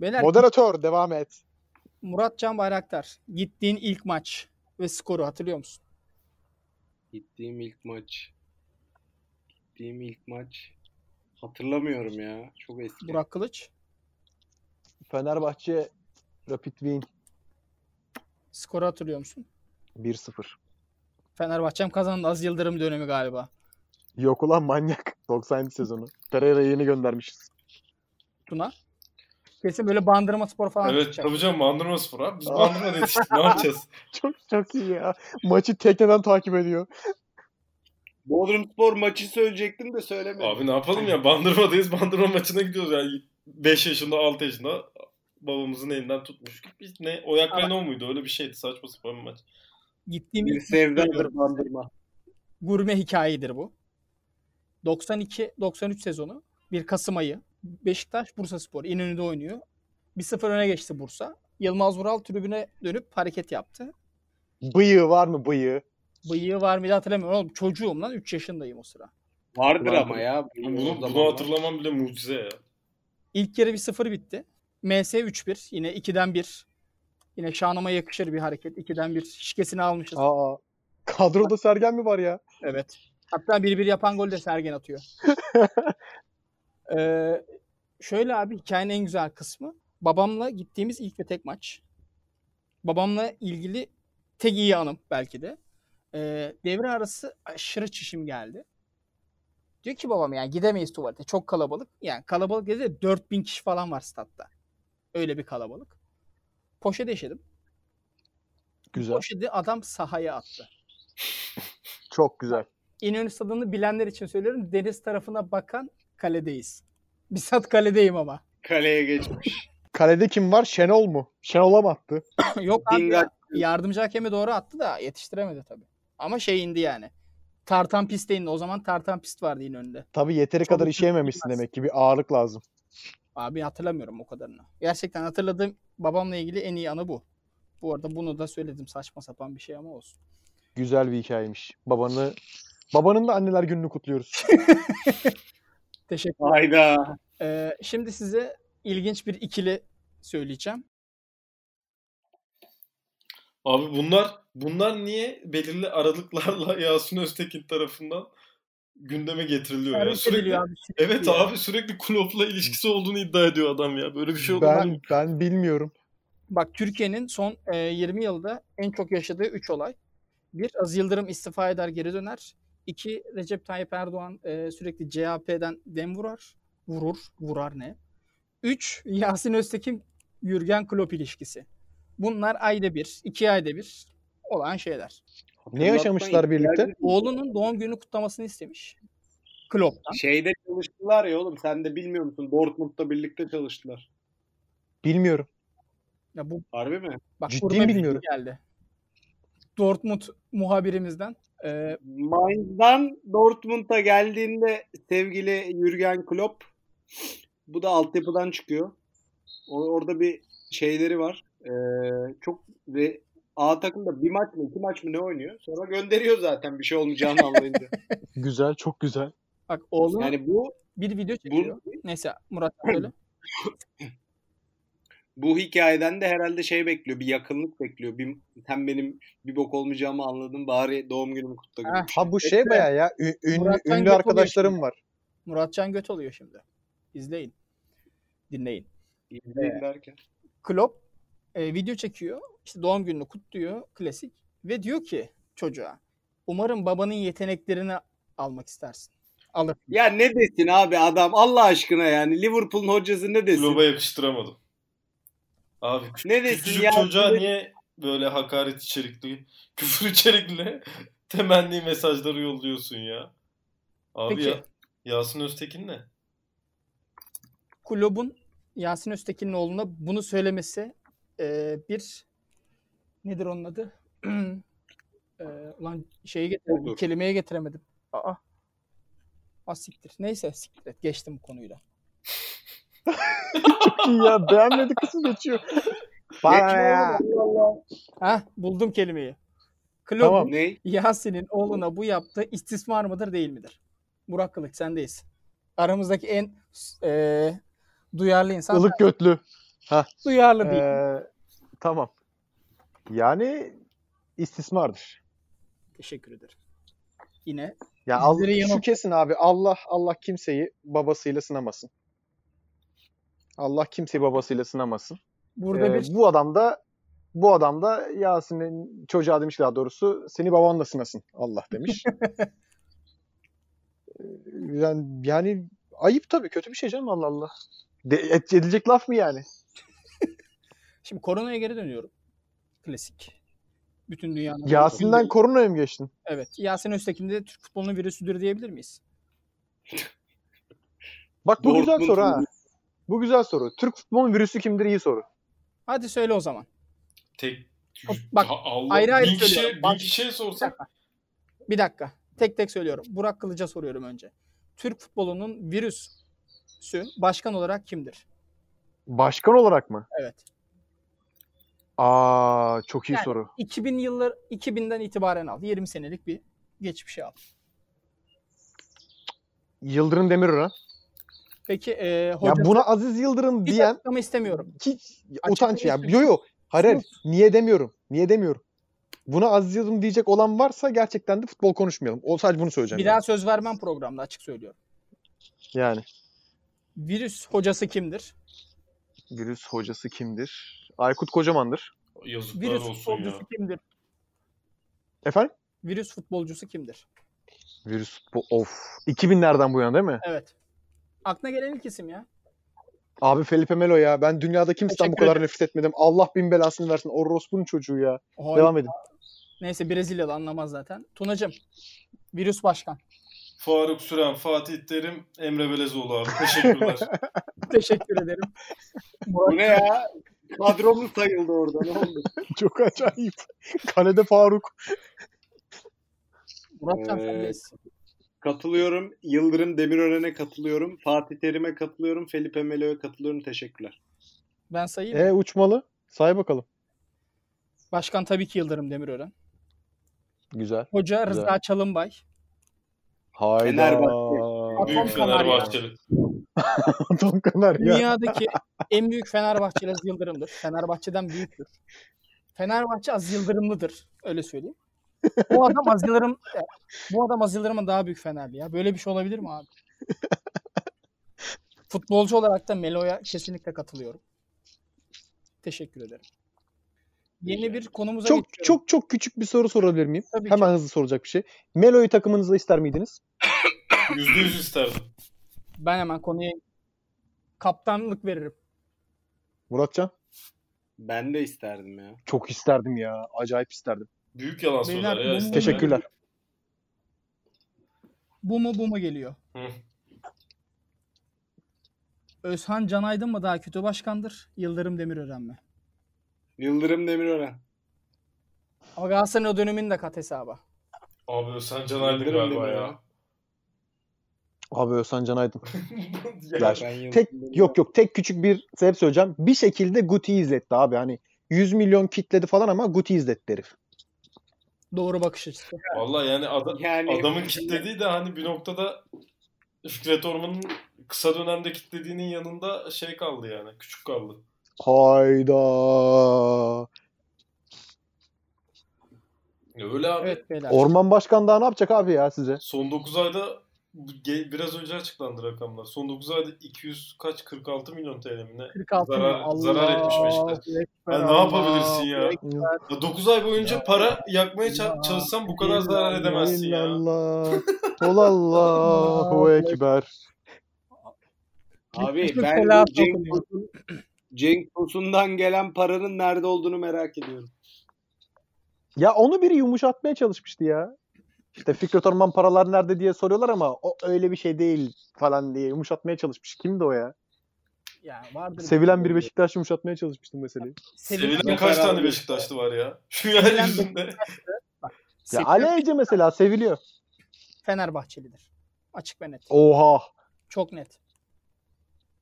[SPEAKER 3] Beyler
[SPEAKER 4] Moderatör devam et.
[SPEAKER 3] Murat Can Bayraktar gittiğin ilk maç ve skoru hatırlıyor musun?
[SPEAKER 5] Gittiğim ilk maç. Gittiğim ilk maç. Hatırlamıyorum ya. Çok eski.
[SPEAKER 3] Burak Kılıç
[SPEAKER 7] Fenerbahçe Rapid Wien
[SPEAKER 3] skoru hatırlıyor musun?
[SPEAKER 7] 1-0.
[SPEAKER 3] Fenerbahçe'm kazandı az yıldırım dönemi galiba.
[SPEAKER 7] Yok ulan manyak. 90. sezonu. Pereira'yı yeni göndermişiz.
[SPEAKER 3] Tuna. Kesin böyle bandırma spor falan
[SPEAKER 6] Evet
[SPEAKER 3] çıkacak.
[SPEAKER 6] tabii canım Bandırma Spor abi. Biz Bandırma'da yetiştik. Ne yapacağız?
[SPEAKER 7] Çok çok iyi ya. Maçı tekneden takip ediyor.
[SPEAKER 5] Bodrum Spor maçı söyleyecektim de söylemedim.
[SPEAKER 6] Abi ne yapalım ya Bandırma'dayız. Bandırma maçına gidiyoruz yani. 5 yaşında 6 yaşında babamızın elinden tutmuş. Biz ne? Oyak
[SPEAKER 3] Ama-
[SPEAKER 6] Reno muydu? Öyle bir şeydi. Saçma sapan bir maç.
[SPEAKER 3] Gittiğim
[SPEAKER 5] Bir
[SPEAKER 3] ilk
[SPEAKER 5] sevdadır bandırma.
[SPEAKER 3] gurme hikayedir bu. 92-93 sezonu 1 Kasım ayı Beşiktaş Bursaspor İnönü'de oynuyor. 1-0 öne geçti Bursa. Yılmaz Vural tribüne dönüp hareket yaptı.
[SPEAKER 7] Bıyığı var mı bıyığı?
[SPEAKER 3] Bıyığı var mıydı hatırlamıyorum oğlum. Çocuğum lan 3 yaşındayım o sıra.
[SPEAKER 5] Vardır
[SPEAKER 7] Vardır.
[SPEAKER 5] ama ya.
[SPEAKER 6] Bunu, bunu
[SPEAKER 5] zamanlar.
[SPEAKER 6] hatırlamam bile mucize ya.
[SPEAKER 3] İlk yarı 1-0 bitti. MS 3-1 yine 2'den 1. Yine şanıma yakışır bir hareket. 2'den 1 şişkesini almışız.
[SPEAKER 7] Aa. Kadroda Sergen mi var ya?
[SPEAKER 3] Evet. Hatta 1-1 yapan golü de Sergen atıyor. Ee, şöyle abi hikayenin en güzel kısmı. Babamla gittiğimiz ilk ve tek maç. Babamla ilgili tek iyi anım belki de. Ee, devre arası aşırı çişim geldi. Diyor ki babam yani gidemeyiz tuvalete. Çok kalabalık. Yani kalabalık dedi de 4000 kişi falan var statta. Öyle bir kalabalık. Poşet eşedim.
[SPEAKER 7] Güzel.
[SPEAKER 3] Poşeti adam sahaya attı.
[SPEAKER 7] Çok güzel.
[SPEAKER 3] İnönü Stadı'nı bilenler için söylüyorum. Deniz tarafına bakan kaledeyiz. Bizzat kaledeyim ama.
[SPEAKER 5] Kaleye geçmiş.
[SPEAKER 7] Kalede kim var? Şenol mu? Şenol'a mı attı?
[SPEAKER 3] Yok abi
[SPEAKER 5] Dingaç.
[SPEAKER 3] ya, yardımcı hakemi doğru attı da yetiştiremedi tabii. Ama şey indi yani. Tartan piste indi. O zaman tartan pist vardı İnönü'nde.
[SPEAKER 7] Tabii yeteri
[SPEAKER 3] Çabuk
[SPEAKER 7] kadar işeyememişsin
[SPEAKER 3] bilmez.
[SPEAKER 7] demek ki. Bir ağırlık lazım.
[SPEAKER 3] Abi hatırlamıyorum o kadarını. Gerçekten hatırladığım babamla ilgili en iyi anı bu. Bu arada bunu da söyledim saçma sapan bir şey ama olsun.
[SPEAKER 7] Güzel bir hikayeymiş. Babanı Babanın da anneler gününü kutluyoruz.
[SPEAKER 3] Teşekkür
[SPEAKER 5] Hayda.
[SPEAKER 3] Ee, şimdi size ilginç bir ikili söyleyeceğim.
[SPEAKER 6] Abi bunlar bunlar niye belirli aralıklarla Yasin Öztekin tarafından gündeme getiriliyor ya?
[SPEAKER 3] Tarif
[SPEAKER 6] Sürekli,
[SPEAKER 3] ediliyor abi.
[SPEAKER 6] evet
[SPEAKER 3] Ya.
[SPEAKER 6] abi sürekli Klopp'la ilişkisi olduğunu iddia ediyor adam ya. Böyle bir şey olur. mu?
[SPEAKER 7] ben ben bilmiyorum.
[SPEAKER 3] Bak Türkiye'nin son e, 20 yılda en çok yaşadığı 3 olay. Bir, Aziz Yıldırım istifa eder geri döner. İki, Recep Tayyip Erdoğan e, sürekli CHP'den dem vurar. Vurur, vurar ne? Üç, Yasin Öztekin, Jürgen Klopp ilişkisi. Bunlar ayda bir, iki ayda bir olan şeyler.
[SPEAKER 4] Ne yaşamışlar birlikte?
[SPEAKER 3] Oğlunun doğum günü kutlamasını istemiş. Klopp'tan.
[SPEAKER 5] Şeyde çalıştılar ya oğlum sen de bilmiyor musun? Dortmund'da birlikte çalıştılar.
[SPEAKER 4] Bilmiyorum.
[SPEAKER 3] Ya bu
[SPEAKER 5] Harbi mi?
[SPEAKER 3] bak
[SPEAKER 4] Ciddi
[SPEAKER 3] gurme
[SPEAKER 4] mi
[SPEAKER 3] bilgi
[SPEAKER 4] bilmiyorum?
[SPEAKER 3] geldi. Dortmund muhabirimizden. Ee,
[SPEAKER 5] Mainz'dan Dortmund'a geldiğinde sevgili Jürgen Klopp bu da altyapıdan çıkıyor. O- Orada bir şeyleri var. Ee, çok ve A takımda bir maç mı iki maç mı ne oynuyor? Sonra gönderiyor zaten bir şey olmayacağını anlayınca.
[SPEAKER 7] Güzel, çok güzel.
[SPEAKER 3] bak oğlun
[SPEAKER 5] Yani bu
[SPEAKER 3] bir video çekiyor.
[SPEAKER 5] bu
[SPEAKER 3] Neyse Murat sen söyle.
[SPEAKER 5] bu hikayeden de herhalde şey bekliyor. Bir yakınlık bekliyor. Bir, sen benim bir bok olmayacağımı anladın. Bari doğum günümü kutla gibi.
[SPEAKER 3] Ah,
[SPEAKER 4] Ha bu şey baya ya ü- ünlü,
[SPEAKER 3] Murat'tan
[SPEAKER 4] ünlü
[SPEAKER 3] yapılıyor
[SPEAKER 4] arkadaşlarım
[SPEAKER 3] şimdi.
[SPEAKER 4] var.
[SPEAKER 3] Muratcan göt oluyor şimdi. İzleyin. Dinleyin. Ee,
[SPEAKER 5] İzleyin şey derken.
[SPEAKER 3] Klopp e, video çekiyor. İşte doğum gününü kutluyor. Klasik. Ve diyor ki çocuğa umarım babanın yeteneklerini almak istersin. Alır.
[SPEAKER 5] Ya ne desin abi adam Allah aşkına yani Liverpool'un hocası ne desin?
[SPEAKER 6] Globa yakıştıramadım. Abi kü-
[SPEAKER 5] Ne desin
[SPEAKER 6] küçücük
[SPEAKER 5] ya?
[SPEAKER 6] çocuğa niye böyle hakaret içerikli, küfür içerikli temenni mesajları yolluyorsun ya? Abi
[SPEAKER 3] Peki.
[SPEAKER 6] ya, Yasin Öztekin ne?
[SPEAKER 3] Kulübün Yasin Öztekin'in oğluna bunu söylemesi e, bir nedir onun adı? e, ulan şeyi getiremedim.
[SPEAKER 5] Olur.
[SPEAKER 3] Kelimeyi getiremedim. Aa. Ah siktir. Neyse siktir et. Geçtim bu konuyla.
[SPEAKER 7] İyi ya beğenmedi kısım geçiyor. Bana ya.
[SPEAKER 3] Ha buldum kelimeyi. Kulübün
[SPEAKER 4] Tamam.
[SPEAKER 5] Ne?
[SPEAKER 3] Yasin'in oğluna bu yaptığı istismar mıdır değil midir? Burak Kılıç sendeyiz. Aramızdaki en e, duyarlı insan.
[SPEAKER 7] Ilık e, götlü.
[SPEAKER 3] Duyarlı değil.
[SPEAKER 4] Ee, tamam.
[SPEAKER 7] Yani istismardır.
[SPEAKER 3] Teşekkür ederim. Yine
[SPEAKER 4] Ya al-
[SPEAKER 3] Bizleri
[SPEAKER 4] şu
[SPEAKER 3] yanılttı.
[SPEAKER 4] kesin abi Allah Allah kimseyi babasıyla sınamasın.
[SPEAKER 7] Allah kimseyi babasıyla sınamasın.
[SPEAKER 3] burada
[SPEAKER 7] Ee,
[SPEAKER 3] bir
[SPEAKER 7] Bu adam da bu adam da Yasin'in çocuğa demiş ki daha doğrusu seni babanla sınasın Allah demiş. Ee, yani, yani ayıp tabii kötü bir şey canım Allah Allah. De, et- edilecek laf mı yani?
[SPEAKER 3] şimdi koronaya geri dönüyorum. Klasik. Bütün dünyanın.
[SPEAKER 7] Yasin'den koronaya mı geçtin?
[SPEAKER 3] Evet. Yasin Öztekin de Türk futbolunun virüsüdür diyebilir miyiz?
[SPEAKER 7] Bak bu güzel
[SPEAKER 5] Dortmund'un
[SPEAKER 7] soru ha. Bu güzel soru. Türk futbolun virüsü kimdir iyi soru.
[SPEAKER 3] Hadi söyle o zaman.
[SPEAKER 6] Tek
[SPEAKER 3] Hop, bak,
[SPEAKER 6] Ha, Allah,
[SPEAKER 3] ayrı ayrı
[SPEAKER 6] bin kişiye,
[SPEAKER 3] söylüyorum.
[SPEAKER 6] bin
[SPEAKER 3] Bak-
[SPEAKER 6] kişiye
[SPEAKER 3] Bir
[SPEAKER 6] sorsak
[SPEAKER 3] dakika. Bir dakika. Tek tek söylüyorum. Burak Kılıç'a soruyorum önce. Türk futbolunun virüsü başkan olarak kimdir?
[SPEAKER 7] Başkan olarak mı?
[SPEAKER 3] Evet.
[SPEAKER 7] Aa çok iyi
[SPEAKER 3] Yani-
[SPEAKER 7] soru.
[SPEAKER 3] 2000 yıllar 2000'den itibaren al. 20 senelik bir geçmişe al.
[SPEAKER 7] Yıldırım Demirören.
[SPEAKER 3] Peki e,
[SPEAKER 7] Ya
[SPEAKER 3] hocası
[SPEAKER 7] buna Aziz Yıldırım
[SPEAKER 3] hiç
[SPEAKER 7] diyen
[SPEAKER 3] açıklama istemiyorum.
[SPEAKER 7] hiç
[SPEAKER 3] Açık
[SPEAKER 7] utanç ya.
[SPEAKER 3] eleştiri.
[SPEAKER 7] Yo yo. Hayır, hayır.
[SPEAKER 3] Sus.
[SPEAKER 7] niye demiyorum. Niye demiyorum. Buna Aziz Yıldırım diyecek olan varsa gerçekten de futbol konuşmayalım. O sadece bunu söyleyeceğim.
[SPEAKER 3] Bir daha söz vermem programda açık söylüyorum.
[SPEAKER 7] Yani. yani.
[SPEAKER 3] Virüs hocası kimdir?
[SPEAKER 7] Virüs hocası kimdir? Aykut Kocaman'dır.
[SPEAKER 6] yazıklar
[SPEAKER 3] Virüs
[SPEAKER 6] olsun ya.
[SPEAKER 3] futbolcusu kimdir?
[SPEAKER 7] Efendim?
[SPEAKER 3] Virüs futbolcusu kimdir?
[SPEAKER 7] Virüs futbol. Of. 2000'lerden bu yana değil mi?
[SPEAKER 3] Evet. Aklına gelen ilk isim ya.
[SPEAKER 7] Abi Felipe Melo ya. Ben dünyada kimseden bu
[SPEAKER 3] Teşekkür
[SPEAKER 7] kadar nefret etmedim. Allah bin belasını versin. Orospu'nun çocuğu ya.
[SPEAKER 3] Oha,
[SPEAKER 7] Devam edin.
[SPEAKER 3] Neyse Brezilyalı anlamaz zaten. Tunacım. Virüs başkan.
[SPEAKER 6] Faruk Süren, Fatih Terim, Emre Belezoğlu abi. Teşekkürler.
[SPEAKER 3] Teşekkür ederim.
[SPEAKER 5] Bu ne ya? Kadromu sayıldı orada. Ne oldu?
[SPEAKER 7] Çok acayip. Kalede Faruk.
[SPEAKER 3] Muratcan
[SPEAKER 5] Ee,
[SPEAKER 3] sendeyiz.
[SPEAKER 5] Katılıyorum. Yıldırım Demirören'e katılıyorum. Fatih Terim'e katılıyorum. Felipe Melo'ya katılıyorum. Teşekkürler.
[SPEAKER 3] Ben sayayım. mı?
[SPEAKER 7] E uçmalı. Say bakalım.
[SPEAKER 3] Başkan tabii ki Yıldırım Demirören.
[SPEAKER 7] Güzel.
[SPEAKER 3] Hoca Rıza
[SPEAKER 7] Güzel.
[SPEAKER 3] Çalınbay.
[SPEAKER 7] Hayda.
[SPEAKER 5] Fenerbahçe.
[SPEAKER 3] Atom
[SPEAKER 6] Büyük Fenerbahçeli.
[SPEAKER 7] Atom kadar ya.
[SPEAKER 3] Dünyadaki en büyük Fenerbahçeli Aziz Yıldırım'dır. Fenerbahçe'den büyüktür. Fenerbahçe Aziz Yıldırımlıdır. Öyle söyleyeyim. Bu adam Aziz Yıldırım e, bu adam Aziz Yıldırım'ın daha büyük Fenerli ya. Böyle bir şey olabilir mi abi? Futbolcu olarak da Melo'ya kesinlikle katılıyorum. Teşekkür ederim. Yeni bir konumuza
[SPEAKER 7] Çok
[SPEAKER 3] geçiyorum.
[SPEAKER 7] çok çok küçük bir soru sorabilir miyim?
[SPEAKER 3] Tabii ki.
[SPEAKER 7] Hemen hızlı soracak bir şey. Melo'yu takımınıza ister miydiniz?
[SPEAKER 6] Yüzde yüz isterdim.
[SPEAKER 3] Ben hemen konuya kaptanlık veririm.
[SPEAKER 7] Muratcan.
[SPEAKER 5] Ben de isterdim ya.
[SPEAKER 7] Çok isterdim ya. Acayip isterdim.
[SPEAKER 6] Büyük yalan söyler
[SPEAKER 3] Beyler,
[SPEAKER 6] ya.
[SPEAKER 3] bu-
[SPEAKER 6] istemem.
[SPEAKER 7] Teşekkürler.
[SPEAKER 3] Bu mu bu mu geliyor?
[SPEAKER 6] Hı.
[SPEAKER 3] Özhan Canaydın mı daha kötü başkandır? Yıldırım Demirören mi?
[SPEAKER 5] Yıldırım Demirören.
[SPEAKER 3] Ama Galatasaray'ın o dönemini de kat hesaba.
[SPEAKER 6] Abi Özhan Can Aydın
[SPEAKER 5] Yıldırım
[SPEAKER 6] galiba
[SPEAKER 5] Demirören.
[SPEAKER 6] ya.
[SPEAKER 7] Abi Özhan Canaydın.
[SPEAKER 6] ya.
[SPEAKER 7] Ya,
[SPEAKER 5] Ben Yıldırım
[SPEAKER 7] tek
[SPEAKER 5] Demirören.
[SPEAKER 7] yok yok tek küçük bir sebep söyleyeceğim. Bir şekilde Guti izletti abi. Hani 100 milyon kitledi falan ama Guti izletti herif.
[SPEAKER 3] Doğru bakış açısı.
[SPEAKER 6] Vallahi yani, ada-
[SPEAKER 5] Yani-
[SPEAKER 6] adamın kitlediği de hani bir noktada Fikret Orman'ın kısa dönemde kitlediğinin yanında şey kaldı yani. Küçük kaldı.
[SPEAKER 7] Hayda.
[SPEAKER 6] Ya Öyle abi.
[SPEAKER 3] Evet beyler.
[SPEAKER 7] Orman Başkan daha ne yapacak abi ya size?
[SPEAKER 6] Son 9 ayda bu ge- biraz önce açıklandı rakamlar. Son 9 ayda 200 kaç 46 milyon TL mi ne?
[SPEAKER 3] 46
[SPEAKER 6] zarar-
[SPEAKER 3] milyon.
[SPEAKER 6] zarar
[SPEAKER 3] Allah
[SPEAKER 6] etmiş Beşiktaş.
[SPEAKER 3] Ekber,
[SPEAKER 6] Ya ne
[SPEAKER 3] Allah
[SPEAKER 6] yapabilirsin ya?
[SPEAKER 3] Ekber.
[SPEAKER 6] 9 ay boyunca para yakmaya ça-
[SPEAKER 3] Ya.
[SPEAKER 6] çalışsan bu kadar zarar edemezsin ya.
[SPEAKER 7] İllallah. Allahu Ekber.
[SPEAKER 5] Abi
[SPEAKER 3] Bütün
[SPEAKER 5] ben
[SPEAKER 3] telafi
[SPEAKER 5] bu Cenk,
[SPEAKER 3] okunuyor.
[SPEAKER 5] Tosun, Cenk Tosun'dan gelen paranın nerede olduğunu merak ediyorum.
[SPEAKER 7] Ya onu biri yumuşatmaya çalışmıştı ya. İşte Fikret Orman paralar nerede diye soruyorlar ama o öyle bir şey değil falan diye yumuşatmaya çalışmış. Kimdi o ya?
[SPEAKER 3] Ya vardır.
[SPEAKER 7] Sevilen bir Beşiktaş yumuşatmaya çalışmıştı meseleyi.
[SPEAKER 6] Sevilen
[SPEAKER 5] Sevilen
[SPEAKER 6] kaç
[SPEAKER 5] Ferhat
[SPEAKER 6] tane
[SPEAKER 5] Bey.
[SPEAKER 6] Beşiktaşlı var ya? Şu yeryüzünde.
[SPEAKER 7] Ya
[SPEAKER 3] Sevilen
[SPEAKER 7] Ali Ece mesela seviliyor.
[SPEAKER 3] Fenerbahçelidir. Açık ve net.
[SPEAKER 7] Oha.
[SPEAKER 3] Çok net.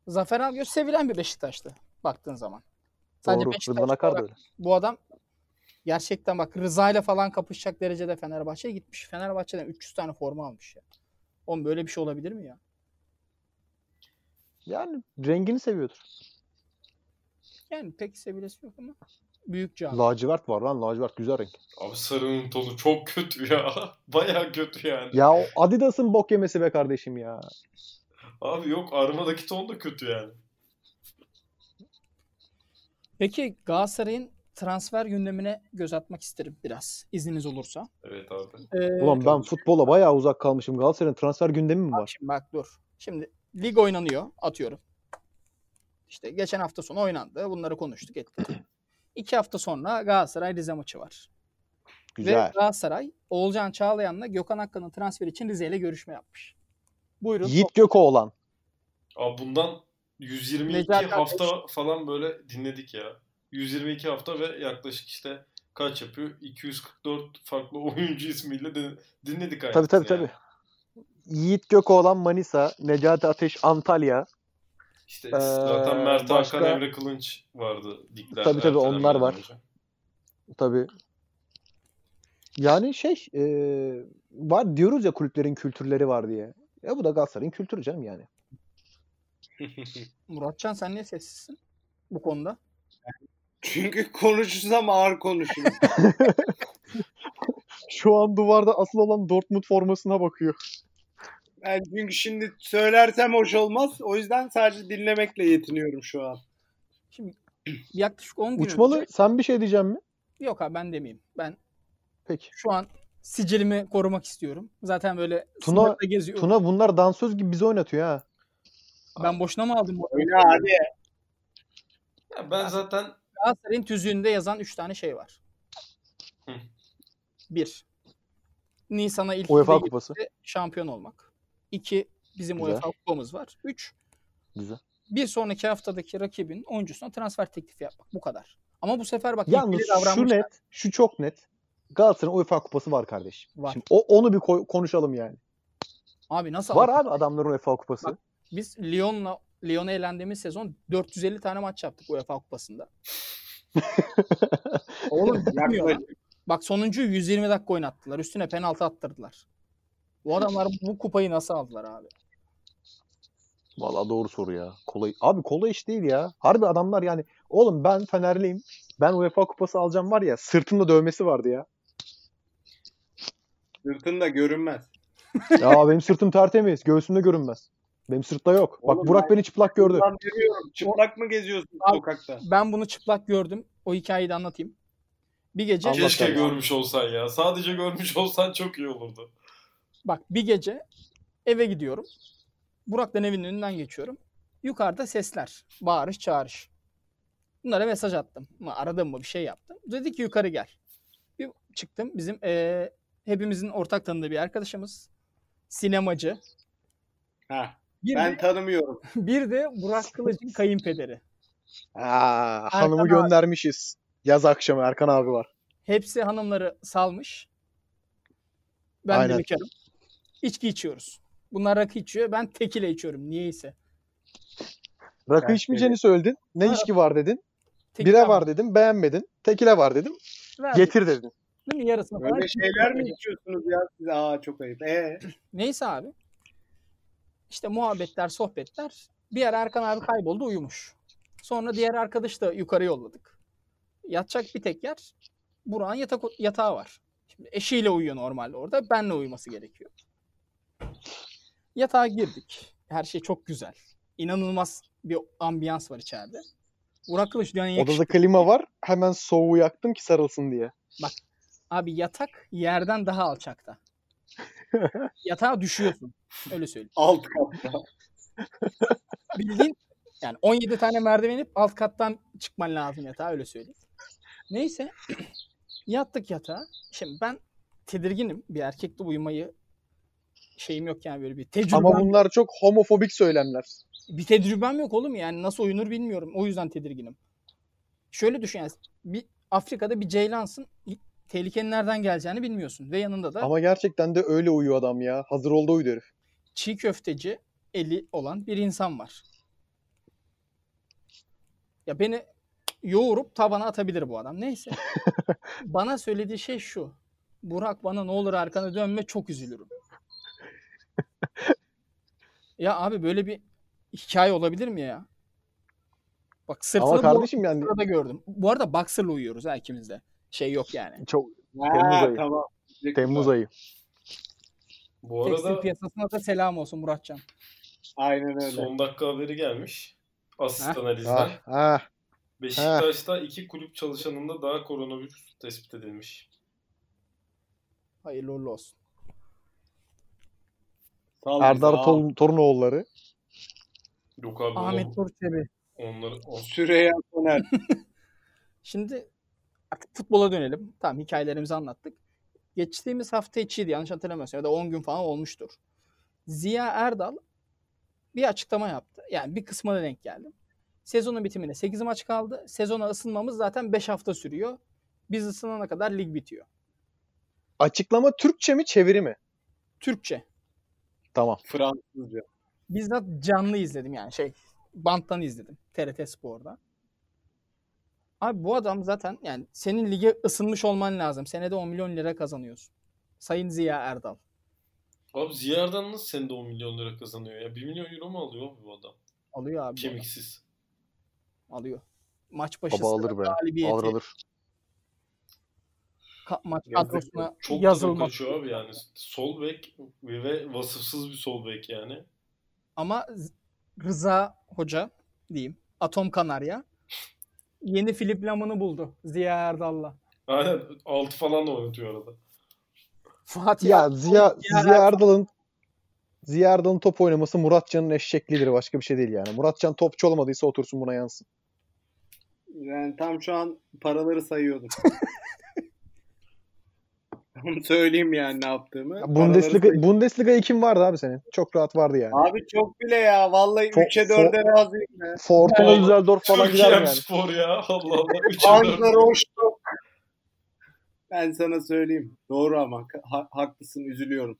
[SPEAKER 3] Zafer Algöz sevilen bir Beşiktaş'tı baktığın zaman. Sadece
[SPEAKER 7] Doğru.
[SPEAKER 3] Beşiktaş
[SPEAKER 7] Rıdvan Akar da
[SPEAKER 3] olarak
[SPEAKER 7] öyle.
[SPEAKER 3] Bu adam gerçekten bak Rıza ile falan kapışacak derecede Fenerbahçe'ye gitmiş. Fenerbahçe'den 300 tane forma almış ya. Oğlum böyle bir şey olabilir mi ya?
[SPEAKER 7] Yani rengini seviyordur.
[SPEAKER 3] Yani pek sevilesi yok ama büyük cami.
[SPEAKER 7] Lacivert var lan. Lacivert güzel renk.
[SPEAKER 6] Abi sarının tonu çok kötü ya. Baya kötü yani.
[SPEAKER 7] Ya o Adidas'ın bok yemesi be kardeşim ya.
[SPEAKER 6] Abi yok armadaki ton da kötü yani.
[SPEAKER 3] Peki Galatasaray'ın transfer gündemine göz atmak isterim biraz izniniz olursa.
[SPEAKER 6] Evet abi.
[SPEAKER 3] Ee,
[SPEAKER 7] Ulan ben futbola bayağı uzak kalmışım. Galatasaray'ın transfer gündemi mi
[SPEAKER 3] Bak
[SPEAKER 7] var?
[SPEAKER 3] Şimdi bak dur. Şimdi lig oynanıyor atıyorum. İşte geçen hafta sonu oynandı. Bunları konuştuk ettik. İki hafta sonra Galatasaray Rize maçı var. Ve
[SPEAKER 7] Güzel.
[SPEAKER 3] Galatasaray Oğulcan Çağlayan'la Gökhan Akkan'ın transferi için Rize ile görüşme yapmış. Buyurun.
[SPEAKER 7] Yiğit Gökoğlan.
[SPEAKER 6] Abi bundan 122
[SPEAKER 3] Necati
[SPEAKER 6] hafta falan böyle dinledik ya. 122 hafta ve yaklaşık işte kaç yapıyor? 244 farklı oyuncu ismiyle de dinledik aynı.
[SPEAKER 7] Tabii tabii tabii. Yiğit Gökoğlan Manisa, Necati Ateş Antalya.
[SPEAKER 6] İşte
[SPEAKER 7] Ee,
[SPEAKER 6] zaten Mert
[SPEAKER 7] başka-
[SPEAKER 6] Hakan, Emre Kılınç vardı diklerde.
[SPEAKER 7] Tabii tabii,
[SPEAKER 6] ertelenmeden
[SPEAKER 7] onlar var.
[SPEAKER 6] önce.
[SPEAKER 7] Tabii. Yani şey e, var diyoruz ya kulüplerin kültürleri var diye. Ya bu da Galatasaray'ın kültürü canım yani.
[SPEAKER 3] Muratcan sen niye sessizsin bu konuda?
[SPEAKER 5] Çünkü konuşursam ağır konuşurum.
[SPEAKER 7] Şu an duvarda asıl olan Dortmund formasına bakıyor.
[SPEAKER 5] ben çünkü şimdi söylersem hoş olmaz. O yüzden sadece dinlemekle yetiniyorum şu an.
[SPEAKER 3] Şimdi yaklaşık 10 gün
[SPEAKER 7] Uçmalı
[SPEAKER 3] önce-
[SPEAKER 7] sen bir şey diyeceksin mi?
[SPEAKER 3] Yok abi ben demeyeyim. Ben
[SPEAKER 7] Peki.
[SPEAKER 3] şu an sicilimi korumak istiyorum. Zaten böyle
[SPEAKER 7] Tuna-
[SPEAKER 3] sınırda geziyorum.
[SPEAKER 7] Tuna bunlar dansöz gibi bizi oynatıyor ha.
[SPEAKER 3] Ben boşuna mı aldım bu?
[SPEAKER 5] Öyle abi.
[SPEAKER 6] Ya ben zaten
[SPEAKER 3] Galatasaray'ın tüzüğünde yazan 3 tane şey var.
[SPEAKER 6] Hı.
[SPEAKER 3] 1. Nisan'a ilk
[SPEAKER 7] UEFA
[SPEAKER 3] ligde
[SPEAKER 7] kupası.
[SPEAKER 3] şampiyon olmak. 2. Bizim
[SPEAKER 7] Güzel.
[SPEAKER 3] UEFA kupamız var. 3.
[SPEAKER 7] Güzel.
[SPEAKER 3] Bir sonraki haftadaki rakibin oyuncusuna transfer teklifi yapmak. Bu kadar. Ama bu sefer bak
[SPEAKER 7] Yalnız
[SPEAKER 3] yetkili
[SPEAKER 7] şu
[SPEAKER 3] davranmışlar.
[SPEAKER 7] net, şu çok net. Galatasaray'ın UEFA kupası var kardeşim.
[SPEAKER 3] Var.
[SPEAKER 7] Şimdi o, onu bir koy- konuşalım yani.
[SPEAKER 3] Abi nasıl
[SPEAKER 7] Var
[SPEAKER 3] aldın?
[SPEAKER 7] abi adamların UEFA kupası.
[SPEAKER 3] Bak. Biz Lyon'la Lyon'a eğlendiğimiz sezon 450 tane maç yaptık UEFA kupasında. Oğlum bitmiyor lan. Bak sonuncu 120 dakika oynattılar. Üstüne penaltı attırdılar. Bu adamlar bu kupayı nasıl aldılar abi?
[SPEAKER 7] Vallahi doğru soru ya. Kolay. Abi kolay iş değil ya. Harbi adamlar yani oğlum ben Fenerliyim. Ben UEFA kupası alacağım var ya sırtımda dövmesi vardı ya.
[SPEAKER 5] Sırtın da görünmez.
[SPEAKER 7] ya benim sırtım tertemiz. Göğsümde görünmez. Benim sırtta yok. Bak
[SPEAKER 5] Oğlum
[SPEAKER 7] Burak
[SPEAKER 5] ben-
[SPEAKER 7] beni çıplak gördü.
[SPEAKER 5] Ulan görüyorum. Çıplak mı geziyorsun
[SPEAKER 3] Abi-
[SPEAKER 5] sokakta?
[SPEAKER 3] Ben bunu çıplak gördüm. O hikayeyi de anlatayım. Bir gece
[SPEAKER 7] Allah
[SPEAKER 6] keşke
[SPEAKER 7] kahretsin.
[SPEAKER 6] görmüş olsan ya. Sadece görmüş olsan çok iyi olurdu.
[SPEAKER 3] bak bir gece eve gidiyorum. Burak'tan evinin önünden geçiyorum. Yukarıda sesler, bağırış, çağırış. Bunlara mesaj attım. Ama aradım mı bir şey yaptım. Dedi ki yukarı gel. Bir çıktım. Bizim eee, hepimizin ortak tanıdığı bir arkadaşımız. Sinemacı.
[SPEAKER 5] Ha,
[SPEAKER 3] Bir,
[SPEAKER 5] ben
[SPEAKER 3] de,
[SPEAKER 5] tanımıyorum.
[SPEAKER 3] bir de Burak Kılıç'ın kayınpederi.
[SPEAKER 7] Aa,
[SPEAKER 3] Erkan
[SPEAKER 7] hanımı
[SPEAKER 3] abi.
[SPEAKER 7] göndermişiz. Yaz akşamı Erkan abi var.
[SPEAKER 3] Hepsi hanımları salmış. Ben
[SPEAKER 7] Aynen.
[SPEAKER 3] de bekarım. İçki içiyoruz. Bunlar rakı içiyor. Ben tekile içiyorum. Niyeyse.
[SPEAKER 7] Rakı
[SPEAKER 5] Ben
[SPEAKER 7] içmeyeceğini söyledin. Ne
[SPEAKER 3] Ha.
[SPEAKER 7] içki var dedin.
[SPEAKER 3] Tekile
[SPEAKER 7] Bire
[SPEAKER 3] ama
[SPEAKER 7] var dedim. Beğenmedin. Tekile var dedim.
[SPEAKER 3] verdim,
[SPEAKER 7] Getir dedin.
[SPEAKER 3] değil mi? Yarısını falan.
[SPEAKER 5] Böyle şeyler mi içiyorsunuz ya siz? Aa çok ayıp. Ee,
[SPEAKER 3] Neyse abi. İşte muhabbetler, sohbetler. Bir ara Erkan abi kayboldu, uyumuş. Sonra diğer arkadaşı da yukarı yolladık. Yatacak bir tek yer Burak'ın yatak, yatağı var. Şimdi eşiyle uyuyor normalde orada. Benle uyuması gerekiyor. Yatağa girdik. Her şey çok güzel. İnanılmaz bir ambiyans var içeride. Burak Kılıç "Hani dünyanın en
[SPEAKER 7] Odada
[SPEAKER 3] yakışıklı-
[SPEAKER 7] klima var. Hemen soğuğu yaktım ki sarılsın diye.
[SPEAKER 3] Abi yatak yerden daha alçakta. Yatağa düşüyorsun. Öyle söyleyeyim.
[SPEAKER 5] alt katta.
[SPEAKER 3] bildiğin yani 17 tane merdiven inip alt kattan çıkman lazım yatağa öyle söyleyeyim. Neyse yattık yatağa. Şimdi ben tedirginim. Bir erkekle uyumayı şeyim yok yani böyle bir tecrübem.
[SPEAKER 7] Ama bunlar çok homofobik söylemler.
[SPEAKER 3] Bir tecrübem yok oğlum yani nasıl oyunur bilmiyorum. O yüzden tedirginim. Şöyle düşün yani bir Afrika'da bir ceylansın. Tehlikenin nereden geleceğini bilmiyorsun. Ve yanında da
[SPEAKER 7] Ama gerçekten de öyle uyuyor adam ya. Hazır oldu uyuyor herif.
[SPEAKER 3] çiğ köfteci eli olan bir insan var. Ya beni yoğurup tabana atabilir bu adam. Neyse. bana söylediği şey şu. Burak bana ne olur arkana dönme çok üzülürüm. ya abi böyle bir hikaye olabilir mi ya? Bak sırtını
[SPEAKER 7] Ama
[SPEAKER 3] bu
[SPEAKER 7] kardeşim yani
[SPEAKER 3] sırada gördüm. Bu arada boxer'la uyuyoruz ha ikimiz de. Şey yok yani.
[SPEAKER 7] çok Temmuz
[SPEAKER 5] Ha,
[SPEAKER 7] ayı.
[SPEAKER 5] tamam. Diyecektim
[SPEAKER 7] Temmuz
[SPEAKER 5] ben.
[SPEAKER 7] ayı.
[SPEAKER 6] Bu
[SPEAKER 3] Tekstil
[SPEAKER 6] arada
[SPEAKER 3] piyasasına da selam olsun Muratcan.
[SPEAKER 5] Aynen öyle.
[SPEAKER 6] son dakika haberi gelmiş. Asistan analizden.
[SPEAKER 7] Ah, ah.
[SPEAKER 6] Beşiktaş'ta iki kulüp çalışanında daha koronavirüs tespit edilmiş.
[SPEAKER 3] Hayırlı uğurlu olsun.
[SPEAKER 5] Sal
[SPEAKER 7] Erdar
[SPEAKER 5] bizi,
[SPEAKER 7] Tol- Torunoğulları.
[SPEAKER 6] Yok abi
[SPEAKER 3] Ahmet
[SPEAKER 6] on,
[SPEAKER 3] Turçevi.
[SPEAKER 6] onları on-
[SPEAKER 5] aa, Süreyya Soner.
[SPEAKER 3] Şimdi artık futbola dönelim. Tamam hikayelerimizi anlattık. Geçtiğimiz hafta içiydi yanlış hatırlamıyorsam ya da 10 gün falan olmuştur. Ziya Erdal bir açıklama yaptı. Yani bir kısmına denk geldim. Sezonun bitimine 8 maç kaldı. Sezona ısınmamız zaten 5 hafta sürüyor. Biz ısınana kadar lig bitiyor.
[SPEAKER 7] Açıklama Türkçe mi çeviri mi?
[SPEAKER 3] Türkçe.
[SPEAKER 7] Tamam.
[SPEAKER 5] Fransızca.
[SPEAKER 3] Bizzat canlı izledim yani şey banttan izledim TRT Spor'da. Abi bu adam zaten yani senin lige ısınmış olman lazım. Senede 10 milyon lira kazanıyorsun. Sayın Ziya Erdal.
[SPEAKER 6] Abi Ziyar'dan nasıl sende 10 milyon lira kazanıyor ya? 1 milyon euro mu alıyor abi bu adam?
[SPEAKER 3] Alıyor abi. bu adam,
[SPEAKER 6] Kemiksiz.
[SPEAKER 3] Alıyor. Maç başı
[SPEAKER 7] Baba alır
[SPEAKER 3] sıra
[SPEAKER 7] be.
[SPEAKER 3] galibiyeti.
[SPEAKER 7] Alır alır.
[SPEAKER 3] ka- maç
[SPEAKER 6] Yazık.
[SPEAKER 3] kadrosuna
[SPEAKER 6] Çok da
[SPEAKER 3] yazılmak.
[SPEAKER 6] kaçıyor abi yani. Sol bek ve vasıfsız bir sol bek yani.
[SPEAKER 3] Ama Z- Rıza Hoca diyeyim. Atom Kanarya. Yeni Filip Lam'ını buldu. Ziya Erdal'la.
[SPEAKER 6] Aynen 6 falan da oynatıyor arada.
[SPEAKER 3] Fatih
[SPEAKER 7] Ya Ziya,
[SPEAKER 3] Ziya
[SPEAKER 7] Ziya Erdal'ın Ziya Erdal'ın top oynaması Muratcan'ın eşeklidir. Başka bir şey değil yani. Muratcan topçu olmadıysa otursun buna yansın.
[SPEAKER 5] Yani tam şu an paraları sayıyordum. Tam söyleyeyim yani ne yaptığımı.
[SPEAKER 7] Ya
[SPEAKER 5] Paraları sayıyordum.
[SPEAKER 7] Bundesliga, Bundesliga'yı kim vardı abi senin? Çok rahat vardı yani.
[SPEAKER 5] Abi çok bile ya. Vallahi
[SPEAKER 7] Çok-
[SPEAKER 5] 3'e
[SPEAKER 7] çok-
[SPEAKER 5] 4'e razıyım ya.
[SPEAKER 7] Fortuna
[SPEAKER 6] Yani-
[SPEAKER 7] Düsseldorf falan gider
[SPEAKER 6] Türkiye'm
[SPEAKER 7] yani.
[SPEAKER 6] spor ya. Allah Allah. 3
[SPEAKER 5] Ankara hoş çok. Ben sana söyleyeyim. Doğru ama ha- haklısın üzülüyorum.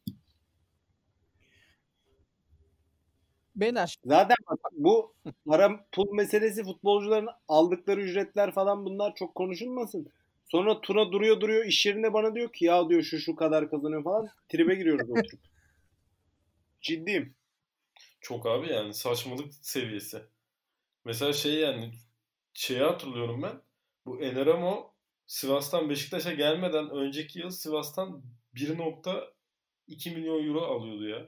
[SPEAKER 3] Beyler
[SPEAKER 5] Zaten bak, bu para pul meselesi futbolcuların aldıkları ücretler falan bunlar çok konuşulmasın. Sonra Tuna duruyor duruyor iş yerinde bana diyor ki ya diyor şu şu kadar kazanıyor falan. Tribe giriyoruz oturup. Ciddiyim.
[SPEAKER 6] Çok abi yani saçmalık seviyesi. Mesela şey yani şeyi hatırlıyorum ben. Bu Eneramo Sivas'tan Beşiktaş'a gelmeden önceki yıl Sivas'tan 1.2 milyon euro alıyordu ya.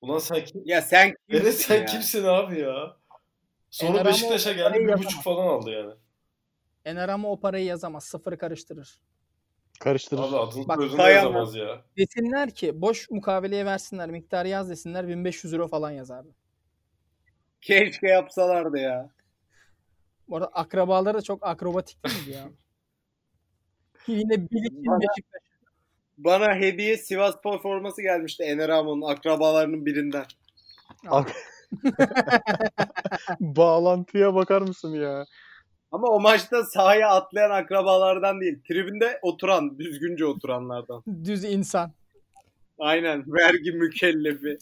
[SPEAKER 6] Ulan sen kim?
[SPEAKER 5] Ya sen kimsin
[SPEAKER 6] Eren sen
[SPEAKER 5] ya?
[SPEAKER 6] kimsin abi ya? Sonra
[SPEAKER 3] Eneramo
[SPEAKER 6] Beşiktaş'a geldi
[SPEAKER 3] parayı
[SPEAKER 6] 1.5 falan aldı yani.
[SPEAKER 3] Ener ama o parayı yazamaz. Sıfırı karıştırır.
[SPEAKER 7] Karıştırır.
[SPEAKER 6] Abi adını
[SPEAKER 3] Bak,
[SPEAKER 6] soyadını
[SPEAKER 5] sayamam.
[SPEAKER 6] yazamaz ya.
[SPEAKER 3] Desinler ki boş mukaveleye versinler. Miktarı yaz desinler. 1500 euro falan yazardı.
[SPEAKER 5] Keşke yapsalardı ya.
[SPEAKER 3] Bu arada akrabaları da çok akrobatik değil mi ya? Yine Bilic'in
[SPEAKER 5] Bana-
[SPEAKER 3] Beşiktaş.
[SPEAKER 5] Bana hediye Sivas forması gelmişti Ener Amon'un akrabalarının birinden.
[SPEAKER 7] Bağlantıya bakar mısın ya?
[SPEAKER 5] Ama o maçta sahaya atlayan akrabalardan değil. Tribünde oturan, düzgünce oturanlardan.
[SPEAKER 3] Düz insan.
[SPEAKER 5] Aynen. Vergi mükellefi.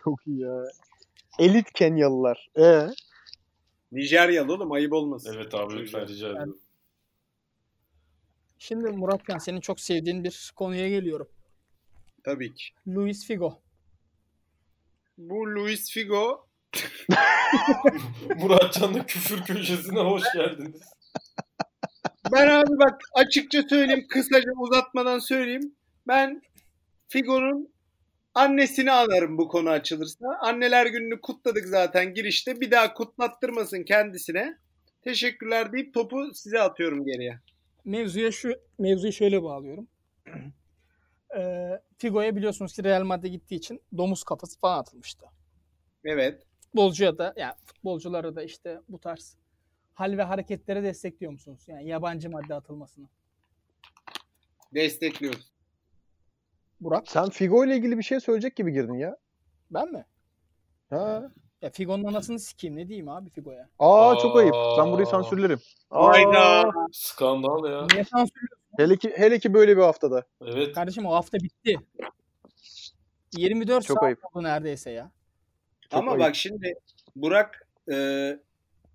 [SPEAKER 7] Çok iyi ya. Elit Kenyalılar. Ee,
[SPEAKER 5] Nijeryalı oğlum ayıp olmasın.
[SPEAKER 6] Evet abi lütfen rica ediyorum.
[SPEAKER 3] Şimdi Muratcan senin çok sevdiğin bir konuya geliyorum.
[SPEAKER 5] Tabii ki.
[SPEAKER 3] Luis Figo.
[SPEAKER 5] Bu Luis Figo
[SPEAKER 6] Muratcan'ın küfür köşesine hoş geldiniz.
[SPEAKER 5] ben abi bak açıkça söyleyeyim kısaca uzatmadan söyleyeyim. Ben Figo'nun annesini anarım bu konu açılırsa. Anneler gününü kutladık zaten girişte. Bir daha kutlattırmasın kendisine. Teşekkürler deyip topu size atıyorum geriye.
[SPEAKER 3] Mevzuya şu mevzuyu şöyle bağlıyorum. Ee, Figo'ya biliyorsunuz ki Real Madrid gittiği için domuz kafası falan atılmıştı.
[SPEAKER 5] Evet.
[SPEAKER 3] Futbolcuya da ya futbolculara da işte bu tarz hal ve hareketlere destekliyor musunuz? Yani yabancı madde atılmasını.
[SPEAKER 5] Destekliyoruz.
[SPEAKER 3] Burak
[SPEAKER 7] sen Figo ile ilgili bir şey söyleyecek gibi girdin ya.
[SPEAKER 3] ben mi?
[SPEAKER 7] Ha.
[SPEAKER 3] Ya Figo'nun anasını sikeyim ne diyeyim abi Figo'ya?
[SPEAKER 7] Aa, çok ayıp. Ben
[SPEAKER 6] Aa.
[SPEAKER 7] burayı sansürlerim. Aa,
[SPEAKER 5] Hayda.
[SPEAKER 6] Skandal ya.
[SPEAKER 3] Niye sansür?
[SPEAKER 7] Hele ki, hele ki böyle bir haftada.
[SPEAKER 6] Evet.
[SPEAKER 3] Kardeşim o hafta bitti. 24
[SPEAKER 7] Çok
[SPEAKER 3] saat
[SPEAKER 7] ayıp.
[SPEAKER 3] oldu neredeyse ya.
[SPEAKER 7] Çok
[SPEAKER 5] Ama
[SPEAKER 7] ayıp.
[SPEAKER 5] bak şimdi Burak e,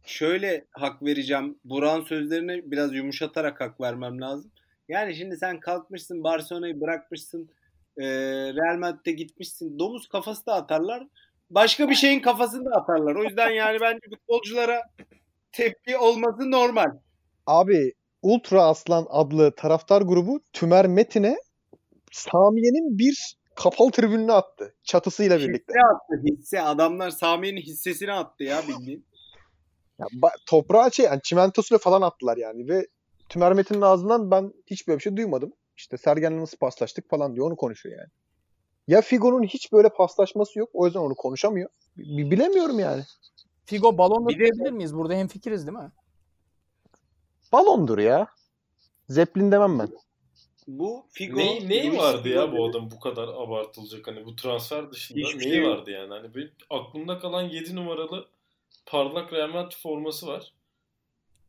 [SPEAKER 5] şöyle hak vereceğim. Burak'ın sözlerini biraz yumuşatarak hak vermem lazım. Yani şimdi sen kalkmışsın Barcelona'yı bırakmışsın. e, Real Madrid'e gitmişsin. Domuz kafası da atarlar. Başka bir şeyin kafasını da atarlar. O yüzden yani bence futbolculara tepki olması normal.
[SPEAKER 7] Abi Ultra Aslan adlı taraftar grubu Tümer Metin'e Samiye'nin bir kapalı tribününe attı. Çatısıyla birlikte.
[SPEAKER 5] Hisse attı. Hisse. Adamlar Sami'nin hissesini attı ya bildiğin.
[SPEAKER 7] Ya, ba- toprağa şey yani çimentosuyla falan attılar yani ve Tümer Metin'in ağzından ben hiç böyle bir şey duymadım. İşte Sergen'le nasıl paslaştık falan diyor onu konuşuyor yani. Ya Figo'nun hiç böyle paslaşması yok o yüzden onu konuşamıyor. B- bilemiyorum yani.
[SPEAKER 3] Figo balonla
[SPEAKER 5] Bir de-
[SPEAKER 3] diyebilir miyiz? Burada hemfikiriz değil mi?
[SPEAKER 7] Balondur ya. Zeplin demem ben.
[SPEAKER 5] Bu Figo.
[SPEAKER 6] Ne, neyi
[SPEAKER 5] Luis
[SPEAKER 6] vardı ya
[SPEAKER 5] Figo
[SPEAKER 6] bu adam bu kadar abartılacak hani bu transfer dışında
[SPEAKER 5] Hiçbir
[SPEAKER 6] neyi
[SPEAKER 5] şey yok.
[SPEAKER 6] vardı yani hani benim aklımda kalan 7 numaralı parlak Real Madrid forması var.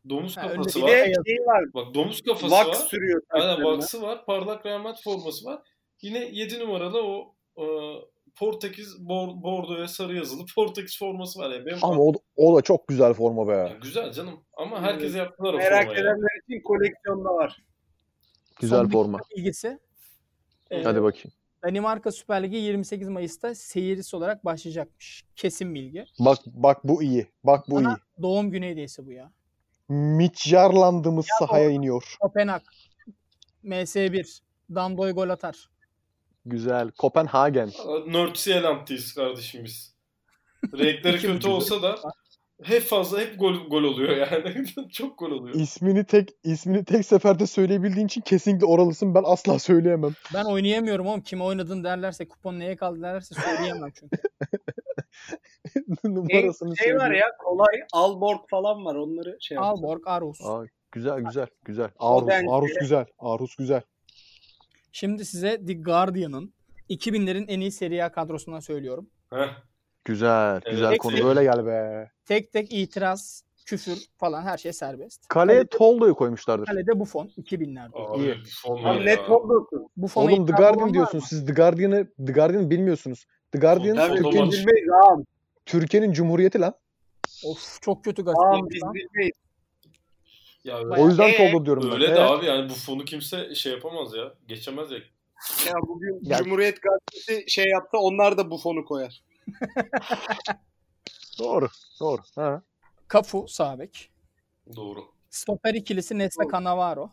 [SPEAKER 6] Domuz
[SPEAKER 3] Ha, önde-
[SPEAKER 6] kafası
[SPEAKER 5] Bir
[SPEAKER 6] var.
[SPEAKER 5] de şey var.
[SPEAKER 6] Bak domuz kafası
[SPEAKER 5] Vak
[SPEAKER 6] var.
[SPEAKER 5] sürüyor.
[SPEAKER 6] Aynen
[SPEAKER 5] saçlarına.
[SPEAKER 6] baksı var. Parlak Real Madrid forması var. Yine 7 numaralı o e, Portekiz bor, bordoya sarı yazılı Portekiz forması var yani. Benim
[SPEAKER 7] Ama o, o da çok güzel forma
[SPEAKER 6] Ya
[SPEAKER 7] be.
[SPEAKER 6] güzel canım ama herkese yaptılar o
[SPEAKER 5] Merak
[SPEAKER 6] formayı.
[SPEAKER 5] edenler için koleksiyonda var.
[SPEAKER 7] Güzel
[SPEAKER 3] Son bir
[SPEAKER 7] forma.
[SPEAKER 3] bilgisi. Ee,
[SPEAKER 7] Hadi bakayım.
[SPEAKER 3] Danimarka Süper Ligi 28 Mayıs'ta seyircisi olarak başlayacakmış. Kesin bilgi.
[SPEAKER 7] Bak bak bu iyi. Bak bu iyi.
[SPEAKER 3] Bana doğum günü hediyesi bu ya.
[SPEAKER 7] Mityarlandığımız sahaya iniyor.
[SPEAKER 3] Kopenhag. MS1. Dandoy gol atar.
[SPEAKER 7] Güzel. Kopenhagen.
[SPEAKER 6] Nördsieland'deyiz kardeşim biz. Renkleri
[SPEAKER 3] İki
[SPEAKER 6] kötü
[SPEAKER 3] ucu.
[SPEAKER 6] olsa da hep fazla hep gol gol oluyor yani. Çok gol oluyor.
[SPEAKER 7] İsmini tek ismini tek seferde söyleyebildiğin için kesinlikle oralısın. Ben asla söyleyemem.
[SPEAKER 3] Ben oynayamıyorum oğlum. Kime oynadın derlerse, kupon neye kaldı derlerse söyleyemem çünkü.
[SPEAKER 7] Numarasını
[SPEAKER 5] Şey var
[SPEAKER 7] söyleyeyim.
[SPEAKER 5] ya kolay Alborg falan var onları şey yap.
[SPEAKER 3] Alborg, Aarhus.
[SPEAKER 7] Aa, güzel güzel güzel.
[SPEAKER 5] O
[SPEAKER 7] Arus,
[SPEAKER 5] bence-
[SPEAKER 7] Arus güzel. Arus güzel.
[SPEAKER 3] Şimdi size The Guardian'ın 2000'lerin en iyi Serie A kadrosundan söylüyorum.
[SPEAKER 6] Heh.
[SPEAKER 7] Güzel. Güzel
[SPEAKER 6] Evet.
[SPEAKER 7] konu. Böyle gel be.
[SPEAKER 3] Tek tek itiraz, küfür falan her şey serbest.
[SPEAKER 7] Kaleye Toldo'yu koymuşlardır.
[SPEAKER 3] Kalede Buffon 2000'lerde.
[SPEAKER 6] Abi,
[SPEAKER 7] İyi.
[SPEAKER 6] olmuyor
[SPEAKER 5] Abi
[SPEAKER 6] ya.
[SPEAKER 5] net olmasın.
[SPEAKER 3] Buffon'a
[SPEAKER 7] Oğlum The
[SPEAKER 3] itiraz olan
[SPEAKER 7] Guardian
[SPEAKER 3] var
[SPEAKER 7] diyorsunuz.
[SPEAKER 3] mı?
[SPEAKER 7] Siz The Guardian'ı The Guardian'ı bilmiyorsunuz. The Guardian
[SPEAKER 6] Tabii,
[SPEAKER 7] Türkiye'nin,
[SPEAKER 6] dolan-
[SPEAKER 5] Biz bilmeyiz ağam.
[SPEAKER 7] Türkiye'nin cumhuriyeti lan.
[SPEAKER 3] Of çok kötü gazete.
[SPEAKER 5] Ağam
[SPEAKER 3] yapmış
[SPEAKER 5] biz
[SPEAKER 3] lan.
[SPEAKER 5] bilmeyiz.
[SPEAKER 6] Ya öyle,
[SPEAKER 7] O yüzden
[SPEAKER 5] Ee,
[SPEAKER 7] Toldo diyorum ben.
[SPEAKER 6] öyle
[SPEAKER 7] Ee,
[SPEAKER 6] de abi yani bu fonu kimse şey yapamaz ya. Geçemez ya.
[SPEAKER 5] Ya bugün
[SPEAKER 7] Ya-
[SPEAKER 5] Cumhuriyet Gazetesi şey yaptı onlar da bu fonu koyar.
[SPEAKER 7] Doğru. Doğru. Ha.
[SPEAKER 3] Kafu sağ bek.
[SPEAKER 6] Doğru.
[SPEAKER 3] Stoper ikilisi Nesli Cannavaro.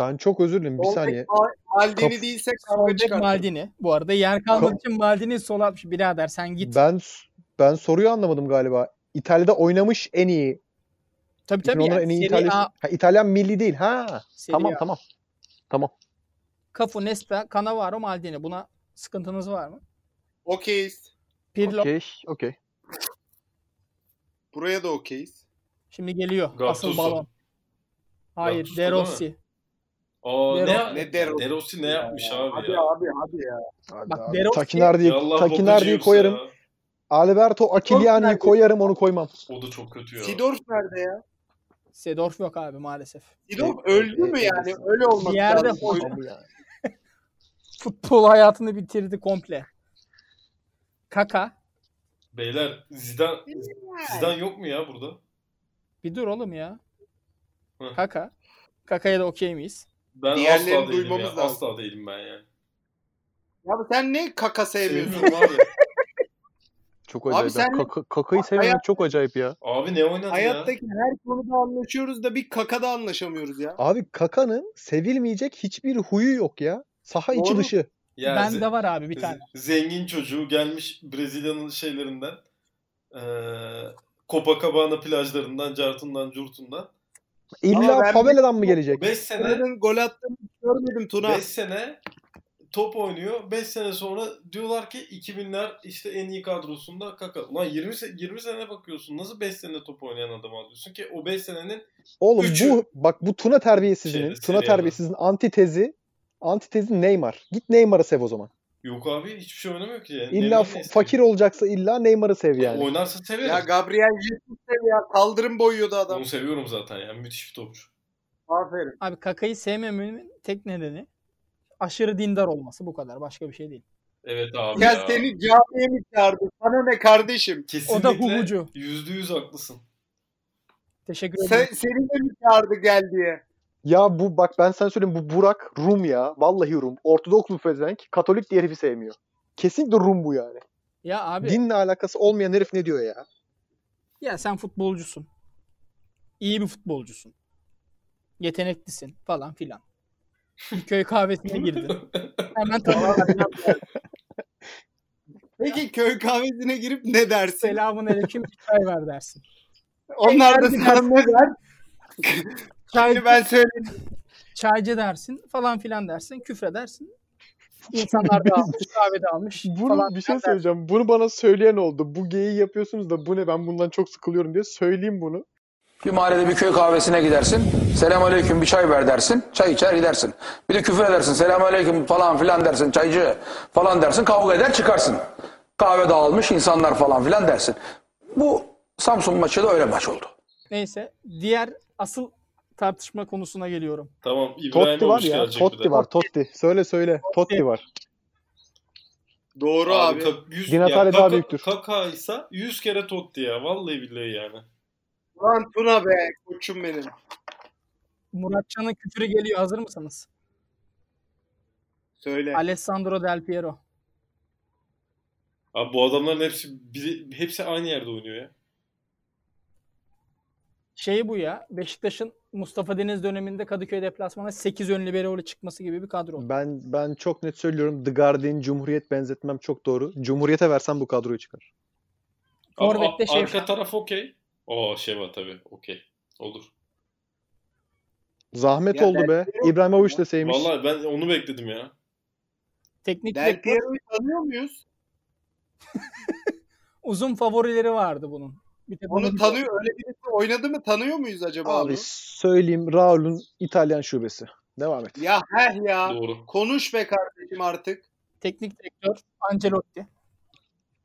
[SPEAKER 7] Ben çok özür dilerim. Bir
[SPEAKER 5] Sol bek
[SPEAKER 7] saniye.
[SPEAKER 5] Ma- Maldini
[SPEAKER 7] Kaf-
[SPEAKER 5] değilse
[SPEAKER 3] Sol
[SPEAKER 5] kavga
[SPEAKER 3] bek
[SPEAKER 5] çıkartır.
[SPEAKER 3] Maldini. Bu arada yer kalmadığı için Maldini sol atmış. Birader sen git.
[SPEAKER 7] Ben ben soruyu anlamadım galiba. İtalya'da oynamış en iyi.
[SPEAKER 3] tabii tabii
[SPEAKER 7] 2010'ların
[SPEAKER 3] yani
[SPEAKER 7] en iyi
[SPEAKER 3] Serie
[SPEAKER 7] İtalya'sı.
[SPEAKER 3] A.
[SPEAKER 7] Ha, İtalyan milli değil. Ha.
[SPEAKER 3] Serie
[SPEAKER 7] Tamam
[SPEAKER 3] A.
[SPEAKER 7] tamam.
[SPEAKER 3] Kafu, Nesta, Cannavaro, Maldini. Buna sıkıntınız var mı?
[SPEAKER 5] Okeyiz.
[SPEAKER 3] Pirlo,
[SPEAKER 7] Okey. Okey.
[SPEAKER 5] Buraya da okeyiz.
[SPEAKER 3] Şimdi geliyor. Asıl
[SPEAKER 6] Gattuso.
[SPEAKER 3] balon. Hayır.
[SPEAKER 6] Gattuso
[SPEAKER 3] De
[SPEAKER 6] değil mi?
[SPEAKER 3] Rossi.
[SPEAKER 6] Aa,
[SPEAKER 3] De
[SPEAKER 6] ne,
[SPEAKER 5] Ne
[SPEAKER 6] ne
[SPEAKER 5] De Rossi?
[SPEAKER 6] De Rossi ne yapmış abi
[SPEAKER 5] Hadi
[SPEAKER 6] ya?
[SPEAKER 5] abi hadi ya.
[SPEAKER 8] Hadi
[SPEAKER 3] Bak,
[SPEAKER 8] abi.
[SPEAKER 3] Derossi-
[SPEAKER 7] Takinardi'yi
[SPEAKER 6] Ya Allah
[SPEAKER 7] Takinardi'yi
[SPEAKER 6] bakıcı
[SPEAKER 7] koyarım.
[SPEAKER 6] yoksa
[SPEAKER 7] Alberto Aquiliano'yu
[SPEAKER 5] nerede?
[SPEAKER 7] koyarım onu koymam.
[SPEAKER 6] ya. O da çok kötü ya.
[SPEAKER 5] Sidorf nerede ya?
[SPEAKER 3] Sedorf yok abi maalesef.
[SPEAKER 5] Sidorf öldü mü yani? Öyle olmak
[SPEAKER 3] Bir yerde
[SPEAKER 5] lazım.
[SPEAKER 3] hoş-
[SPEAKER 8] Abi ya.
[SPEAKER 3] Futbol hayatını bitirdi komple. Kaka.
[SPEAKER 6] Beyler Zidane, Zidane yok mu ya burada?
[SPEAKER 3] Bir dur oğlum ya.
[SPEAKER 6] Hı.
[SPEAKER 3] Kaka. Kaka'ya da okey miyiz?
[SPEAKER 6] Ben
[SPEAKER 5] Diğerlerini
[SPEAKER 6] asla değilim ya.
[SPEAKER 5] duymamız lazım.
[SPEAKER 6] Asla değilim ben yani.
[SPEAKER 5] Abi sen ne kaka sevmiyorsun?
[SPEAKER 6] Sevmiyorum abi.
[SPEAKER 8] Çok
[SPEAKER 5] Abi
[SPEAKER 8] acayip. ya.
[SPEAKER 5] sen-
[SPEAKER 8] Kaka- kakayı sevmek
[SPEAKER 5] Hayat-
[SPEAKER 8] çok acayip ya.
[SPEAKER 6] Abi ne oynadı ya?
[SPEAKER 5] Hayattaki her konuda anlaşıyoruz da bir kakada anlaşamıyoruz ya.
[SPEAKER 7] Abi Kaka'nın sevilmeyecek hiçbir huyu yok ya. Saha içi
[SPEAKER 5] Doğru.
[SPEAKER 7] dışı.
[SPEAKER 6] ya
[SPEAKER 3] ben
[SPEAKER 6] ze-
[SPEAKER 3] de var abi bir tane.
[SPEAKER 6] ze- Zengin çocuğu gelmiş Brezilya'nın şeylerinden. Eee Copacabana plajlarından, cartından, curtundan.
[SPEAKER 7] İlla
[SPEAKER 5] Ama ben-
[SPEAKER 7] faveladan mı gelecek?
[SPEAKER 6] 5 sene
[SPEAKER 5] Fener'in gol attığını görmedim Tuna.
[SPEAKER 6] 5 sene top oynuyor. 5 sene sonra diyorlar ki 2000'ler işte en iyi kadrosunda kaka. Ulan 20, se- 20 sene bakıyorsun. Nasıl 5 sene top oynayan adam alıyorsun ki o 5 senenin
[SPEAKER 7] Oğlum
[SPEAKER 6] Üçü.
[SPEAKER 7] bu bak bu Tuna terbiyesizinin,
[SPEAKER 6] Şeyde,
[SPEAKER 7] Tuna
[SPEAKER 6] Serie A.
[SPEAKER 7] terbiyesizinin antitezi antitezi Neymar. Git Neymar'ı sev o zaman.
[SPEAKER 6] yok abi hiçbir şey oynamıyor ki. Yani.
[SPEAKER 7] İlla fa- fakir olacaksa illa Neymar'ı sev yani.
[SPEAKER 6] yani. Oynarsa severim.
[SPEAKER 5] Ya Gabriel Jesus de ya kaldırım boyuyordu adam.
[SPEAKER 6] Onu seviyorum zaten ya. Müthiş bir topçu.
[SPEAKER 5] Aferin.
[SPEAKER 3] Abi Kaka'yı sevmememin tek nedeni aşırı dindar olması bu kadar. Başka bir şey değil.
[SPEAKER 6] Evet abi
[SPEAKER 5] Ya,
[SPEAKER 6] ya.
[SPEAKER 5] seni camiye mi çağırdı? Sana ne kardeşim?
[SPEAKER 6] Kesinlikle
[SPEAKER 3] O da hubucu.
[SPEAKER 6] Yüzde yüz haklısın.
[SPEAKER 3] Teşekkür
[SPEAKER 5] Sen,
[SPEAKER 3] ederim.
[SPEAKER 5] seni de mi çağırdı gel diye?
[SPEAKER 7] Ya bu bak ben sana söyleyeyim bu Burak Rum ya. Vallahi Rum. Ortodoks bir pezevenk. Katolik diye herifi sevmiyor. Kesinlikle Rum bu yani.
[SPEAKER 3] Ya abi
[SPEAKER 7] Dinle alakası olmayan herif ne diyor ya?
[SPEAKER 3] ya sen futbolcusun. İyi bir futbolcusun. Yeteneklisin falan filan. Bir köy kahvesine girdin. Hemen tamam.
[SPEAKER 5] Peki köy kahvesine girip ne dersin?
[SPEAKER 3] Selamun aleyküm bir çay ver dersin.
[SPEAKER 5] Onlar da sana ne der?
[SPEAKER 3] Çay,
[SPEAKER 5] Şimdi ben söyleyeyim.
[SPEAKER 3] çaycı dersin falan filan dersin. Küfredersin. İnsanlar da almış, kahve de almış falan.
[SPEAKER 7] Bunu bir şey söyleyeceğim. Bunu bana söyleyen oldu. Bu geyi yapıyorsunuz da bu ne ben bundan çok sıkılıyorum diye söyleyeyim bunu.
[SPEAKER 9] Bir mahallede bir köy kahvesine gidersin. Selam aleyküm bir çay ver dersin. Çay içer gidersin. Bir de küfür edersin. Selam aleyküm falan filan dersin. Çaycı falan dersin. Kavga eder çıkarsın. Kahve dağılmış insanlar falan filan dersin. Bu Samsun maçı da öyle maç oldu.
[SPEAKER 3] Neyse diğer asıl tartışma konusuna geliyorum.
[SPEAKER 6] Tamam
[SPEAKER 7] Totti
[SPEAKER 6] İbrahim
[SPEAKER 7] var
[SPEAKER 6] olmuş
[SPEAKER 7] ya.
[SPEAKER 6] gelecek bir
[SPEAKER 7] Totti
[SPEAKER 6] de.
[SPEAKER 7] var. Totti. Söyle söyle. Totti var.
[SPEAKER 5] Doğru
[SPEAKER 6] Abi,
[SPEAKER 5] abi.
[SPEAKER 6] ka- yüz,
[SPEAKER 7] Dinatale daha
[SPEAKER 6] ya, kaka,
[SPEAKER 7] büyüktür.
[SPEAKER 6] Kaka ise 100 kere Totti ya. Vallahi billahi yani.
[SPEAKER 5] Ulan Tuna be koçum benim.
[SPEAKER 3] Muratcan'ın küfürü geliyor. Hazır mısınız?
[SPEAKER 5] Söyle.
[SPEAKER 3] Alessandro Del Piero.
[SPEAKER 6] Abi bu adamların hepsi biri- hepsi aynı yerde oynuyor ya.
[SPEAKER 3] Şey bu ya. Beşiktaş'ın Mustafa Deniz döneminde Kadıköy deplasmana 8 önlü Beroğlu çıkması gibi bir kadro. oldu.
[SPEAKER 7] Ben ben çok net söylüyorum. The Guardian Cumhuriyet benzetmem çok doğru. Cumhuriyete versem bu kadroyu çıkar.
[SPEAKER 6] Ama
[SPEAKER 3] Forvet'te
[SPEAKER 6] a-
[SPEAKER 3] şey-
[SPEAKER 6] arka taraf okey. Oo Şeva tabii okey. Olur.
[SPEAKER 7] Zahmet
[SPEAKER 5] Ya
[SPEAKER 7] oldu be.
[SPEAKER 5] Del Piero-
[SPEAKER 7] İbrahimovic de sevmiş.
[SPEAKER 6] Vallahi ben onu bekledim ya.
[SPEAKER 3] Teknik
[SPEAKER 5] Del
[SPEAKER 3] direktör
[SPEAKER 5] Piero'yu tanıyor muyuz?
[SPEAKER 3] uzun favorileri vardı bunun. Bir tek
[SPEAKER 5] Onu
[SPEAKER 3] bunu-
[SPEAKER 5] tanıyor. Öyle birisi oynadı mı tanıyor muyuz acaba
[SPEAKER 7] Abi
[SPEAKER 5] onu?
[SPEAKER 7] söyleyeyim Raul'un İtalyan şubesi. Devam et.
[SPEAKER 5] Ya heh ya.
[SPEAKER 6] Doğru.
[SPEAKER 5] Konuş be kardeşim artık.
[SPEAKER 3] Teknik direktör Ancelotti.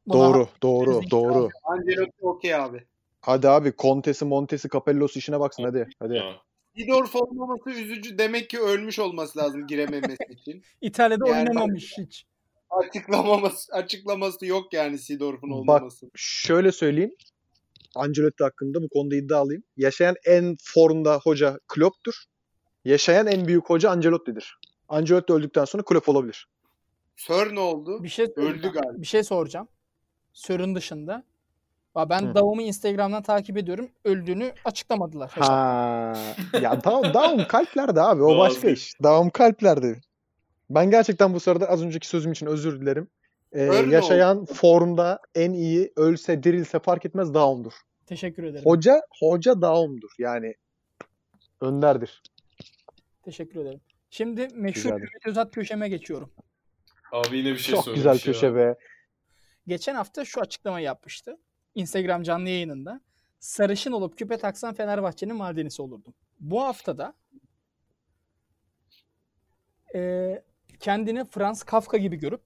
[SPEAKER 3] Buna
[SPEAKER 7] Doğru, doğru,
[SPEAKER 3] Kesinlikle
[SPEAKER 7] doğru.
[SPEAKER 3] abi.
[SPEAKER 5] Ancelotti okey abi.
[SPEAKER 7] Hadi abi Kontesi, Montesi, Capello'su işine baksın hadi. Hadi.
[SPEAKER 6] Ya.
[SPEAKER 5] Sidorf olmaması üzücü. Demek ki ölmüş olması lazım girememesi için.
[SPEAKER 3] İtalya'da
[SPEAKER 5] Yani-
[SPEAKER 3] oynamamış hiç.
[SPEAKER 5] Açıklamaması, açıklaması yok yani Sidorf'un
[SPEAKER 7] Bak-
[SPEAKER 5] olmaması.
[SPEAKER 7] Şöyle söyleyeyim. Ancelotti hakkında bu konuda iddialıyım. Yaşayan en formda hoca Klopp'tur. Yaşayan en büyük hoca Ancelotti'dir. Ancelotti öldükten sonra Klopp olabilir.
[SPEAKER 5] Sör ne oldu?
[SPEAKER 3] Bir şey
[SPEAKER 5] Öldü galiba.
[SPEAKER 3] bir şey soracağım. Sör'ün dışında. Ya Ben
[SPEAKER 7] Hı.
[SPEAKER 3] Davum'u Instagram'dan takip ediyorum. Öldüğünü açıklamadılar.
[SPEAKER 7] Ha. ya tamam Daum kalplerde abi o
[SPEAKER 6] Daum
[SPEAKER 7] başka
[SPEAKER 6] değil.
[SPEAKER 7] iş. Daum kalplerde. Ben gerçekten bu sırada az önceki sözüm için özür dilerim. Ee,
[SPEAKER 5] Öl ne
[SPEAKER 7] yaşayan formda en iyi ölse dirilse fark etmez Daum'dur.
[SPEAKER 3] Teşekkür ederim.
[SPEAKER 7] Hoca hoca Daum'dur yani. Önderdir.
[SPEAKER 3] Teşekkür ederim. Şimdi meşhur
[SPEAKER 7] Rica ederim.
[SPEAKER 3] Ümit Özat köşeme geçiyorum.
[SPEAKER 6] Abi yine bir şey
[SPEAKER 7] Çok
[SPEAKER 6] söylemiş
[SPEAKER 7] güzel
[SPEAKER 6] ya.
[SPEAKER 7] köşe be.
[SPEAKER 3] Geçen hafta şu açıklamayı yapmıştı. Instagram canlı yayınında. sarışın olup küpe taksan Fenerbahçe'nin Mardenisi olurdum. Bu haftada eee, kendini Franz Kafka gibi görüp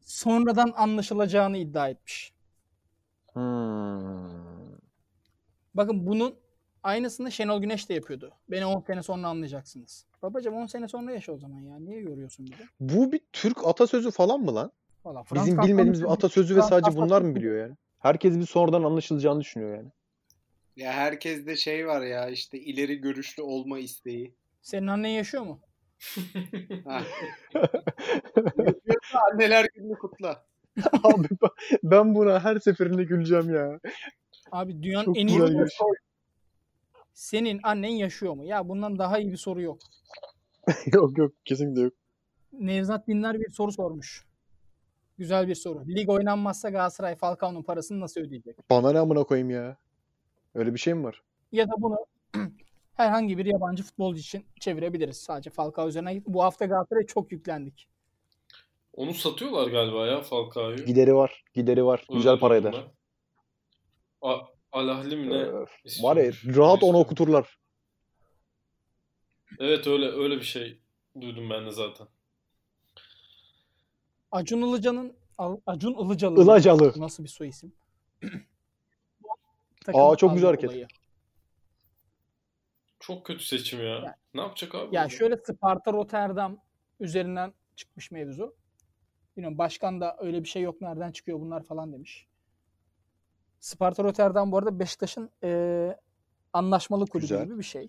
[SPEAKER 3] sonradan anlaşılacağını iddia etmiş.
[SPEAKER 7] Hmm.
[SPEAKER 3] Bakın bunun aynısını Şenol Güneş de yapıyordu. Beni 10 sene sonra anlayacaksınız. Babacım 10 sene sonra yaşa o zaman ya. Niye yoruyorsun bir de?
[SPEAKER 4] Bu bir Türk atasözü falan mı lan?
[SPEAKER 3] Valla Franz
[SPEAKER 7] Bizim
[SPEAKER 3] Kafka'nın
[SPEAKER 7] bilmediğimiz bir
[SPEAKER 3] sözü-
[SPEAKER 7] atasözü ve
[SPEAKER 3] Franz
[SPEAKER 7] sadece
[SPEAKER 3] Kafka-
[SPEAKER 7] bunlar mı biliyor yani? Herkes bir sonradan anlaşılacağını düşünüyor yani.
[SPEAKER 5] Ya herkes de şey var ya işte ileri görüşlü olma isteği.
[SPEAKER 3] Senin annen yaşıyor mu?
[SPEAKER 5] Ha. Yapıyorsa anneler gününü kutla.
[SPEAKER 7] Abi ben- ben buna her seferinde güleceğim ya.
[SPEAKER 3] Abi dünyanın
[SPEAKER 7] Çok
[SPEAKER 3] en
[SPEAKER 7] güzel
[SPEAKER 3] iyi
[SPEAKER 7] görüş.
[SPEAKER 3] senin annen yaşıyor mu? Ya bundan daha iyi bir soru yok.
[SPEAKER 7] yok yok kesinlikle yok.
[SPEAKER 3] Nevzat Dinler bir soru sormuş. Güzel bir soru. Lig oynanmazsa Galatasaray Falcao'nun parasını nasıl ödeyecek?
[SPEAKER 7] Bana ne amına koyayım ya. Öyle bir şey mi var?
[SPEAKER 3] Ya da bunu herhangi bir yabancı futbolcu için çevirebiliriz. Sadece Falcao üzerine git. Bu hafta Galatasaray'a çok yüklendik.
[SPEAKER 6] Onu satıyorlar galiba ya Falcao'yu.
[SPEAKER 7] Gideri var. Gideri var.
[SPEAKER 6] Öyle
[SPEAKER 7] Güzel para
[SPEAKER 6] duydum
[SPEAKER 7] eder.
[SPEAKER 6] ben. A- Al Ahli mi ne?
[SPEAKER 7] Öf,
[SPEAKER 6] istiyor?
[SPEAKER 7] Ee, Var ya rahat onu
[SPEAKER 6] İstiyor.
[SPEAKER 7] okuturlar.
[SPEAKER 6] Evet öyle öyle bir şey duydum ben de zaten.
[SPEAKER 3] Acun Ilıcalı'nın Al- Acun Ilıcalı.
[SPEAKER 7] Ilacalı.
[SPEAKER 3] Nasıl bir soy isim?
[SPEAKER 7] Aa, çok güzel
[SPEAKER 3] alma
[SPEAKER 7] hareket.
[SPEAKER 3] olayı.
[SPEAKER 6] Çok kötü seçim ya. Ne yapacak abi?
[SPEAKER 3] Ya
[SPEAKER 6] orada?
[SPEAKER 3] şöyle Sparta Rotterdam üzerinden çıkmış mevzu. Bilmiyorum başkan da öyle bir şey yok nereden çıkıyor bunlar falan demiş. Sparta Rotterdam bu arada Beşiktaş'ın eee, anlaşmalı kulübü
[SPEAKER 7] Güzel.
[SPEAKER 3] gibi bir şey.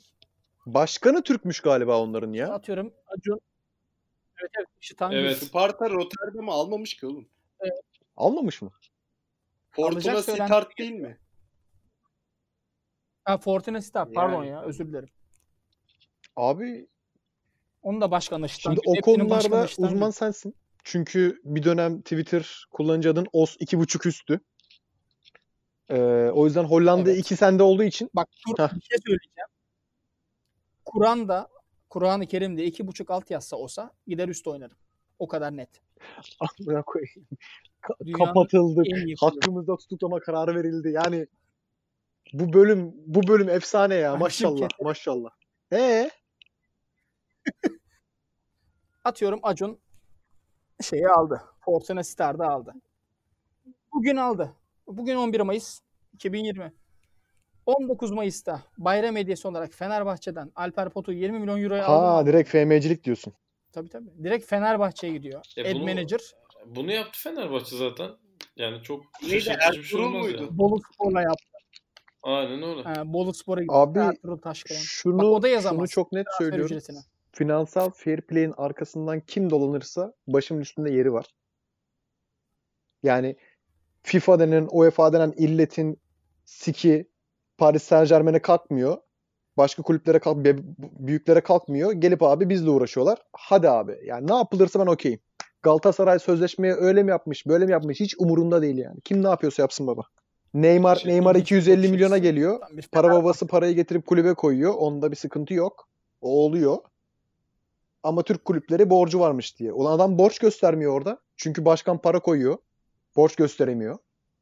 [SPEAKER 7] Başkanı Türkmüş galiba onların ya.
[SPEAKER 3] Atıyorum Acun Evet, evet, işi tam
[SPEAKER 6] Evet.
[SPEAKER 3] bir-
[SPEAKER 5] Sparta Rotterdam'ı almamış ki oğlum.
[SPEAKER 7] Almamış mı?
[SPEAKER 5] Fortuna
[SPEAKER 3] Alacak söylendi.
[SPEAKER 5] Sittard değil mi?
[SPEAKER 3] Ha, Fortuna Sittard pardon
[SPEAKER 5] Yani.
[SPEAKER 3] ya özür dilerim.
[SPEAKER 7] Abi
[SPEAKER 3] Onu da başkan Işıt'tan.
[SPEAKER 7] şimdi o
[SPEAKER 3] Hepsinin başkanı
[SPEAKER 7] konularda
[SPEAKER 3] Işıt'tan
[SPEAKER 7] uzman sensin. Çünkü bir dönem Twitter kullanıcı adın os 2.5 üstü. Ee, o yüzden Hollanda
[SPEAKER 3] Evet.
[SPEAKER 7] 2 sende olduğu için
[SPEAKER 3] Bak dur
[SPEAKER 7] Heh.
[SPEAKER 3] bir şey söyleyeceğim. Kur'an da Kur'an-ı Kerim'de iki buçuk alt yazsa olsa gider üst oynarım. O kadar net.
[SPEAKER 7] amına koyayım. Ka-
[SPEAKER 3] Dünyanın
[SPEAKER 7] kapatıldık.
[SPEAKER 3] En iyi kulübü.
[SPEAKER 7] Hakkımızda tutuklama kararı verildi. Yani bu bölüm bu bölüm efsane ya
[SPEAKER 3] Hani
[SPEAKER 7] maşallah
[SPEAKER 3] şirketler-
[SPEAKER 7] maşallah. Ee
[SPEAKER 3] Atıyorum Acun şeyi aldı. Fortuna Star'da aldı. Bugün aldı. Bugün 11 Mayıs 2020. 19 Mayıs'ta bayram hediyesi olarak Fenerbahçe'den Alper Potu 20 milyon euroya
[SPEAKER 7] ha
[SPEAKER 3] aldı.
[SPEAKER 7] direkt FM'cilik diyorsun.
[SPEAKER 3] Tabii tabii. Direkt Fenerbahçe'ye gidiyor.
[SPEAKER 6] E
[SPEAKER 3] Ed
[SPEAKER 6] bunu-
[SPEAKER 3] Manager.
[SPEAKER 6] Bunu yaptı Fenerbahçe zaten. Yani çok
[SPEAKER 5] Neydi
[SPEAKER 6] şaşırtıcı bir şey
[SPEAKER 5] Ertuğrul
[SPEAKER 6] olmaz ya.
[SPEAKER 5] muydu?
[SPEAKER 3] Bolu Spor'la yaptı.
[SPEAKER 6] Aynen öyle.
[SPEAKER 3] Ee, Bolu Spor'a gitti.
[SPEAKER 7] Abi,
[SPEAKER 3] Ertuğrul Taşkıran.
[SPEAKER 7] Şunu,
[SPEAKER 3] Bak o da yazamaz.
[SPEAKER 7] şunu çok net
[SPEAKER 3] Transfer
[SPEAKER 7] söylüyorum.
[SPEAKER 3] ücretine.
[SPEAKER 7] Finansal fair play'in arkasından kim dolanırsa başımın üstünde yeri var. Yani FIFA denen, UEFA denen illetin siki Paris Saint Germain'e kalkmıyor. Başka kulüplere kalk, be- büyüklere kalkmıyor. Gelip abi bizle uğraşıyorlar. Hadi abi. Yani ne yapılırsa ben okeyim. Galatasaray sözleşmeye öyle mi yapmış, böyle mi yapmış hiç umurumda değil yani. Kim ne yapıyorsa yapsın baba. Neymar
[SPEAKER 6] Şey,
[SPEAKER 7] Neymar
[SPEAKER 3] ilginç bir
[SPEAKER 7] 250
[SPEAKER 3] bakış
[SPEAKER 7] milyona
[SPEAKER 3] açısı.
[SPEAKER 7] geliyor.
[SPEAKER 3] Tam bir
[SPEAKER 7] Para babası parayı getirip kulübe koyuyor. Onda bir sıkıntı yok. O oluyor. Ama Türk kulüpleri borcu varmış diye. Ulan adam borç göstermiyor orada. Çünkü başkan para koyuyor. Borç gösteremiyor.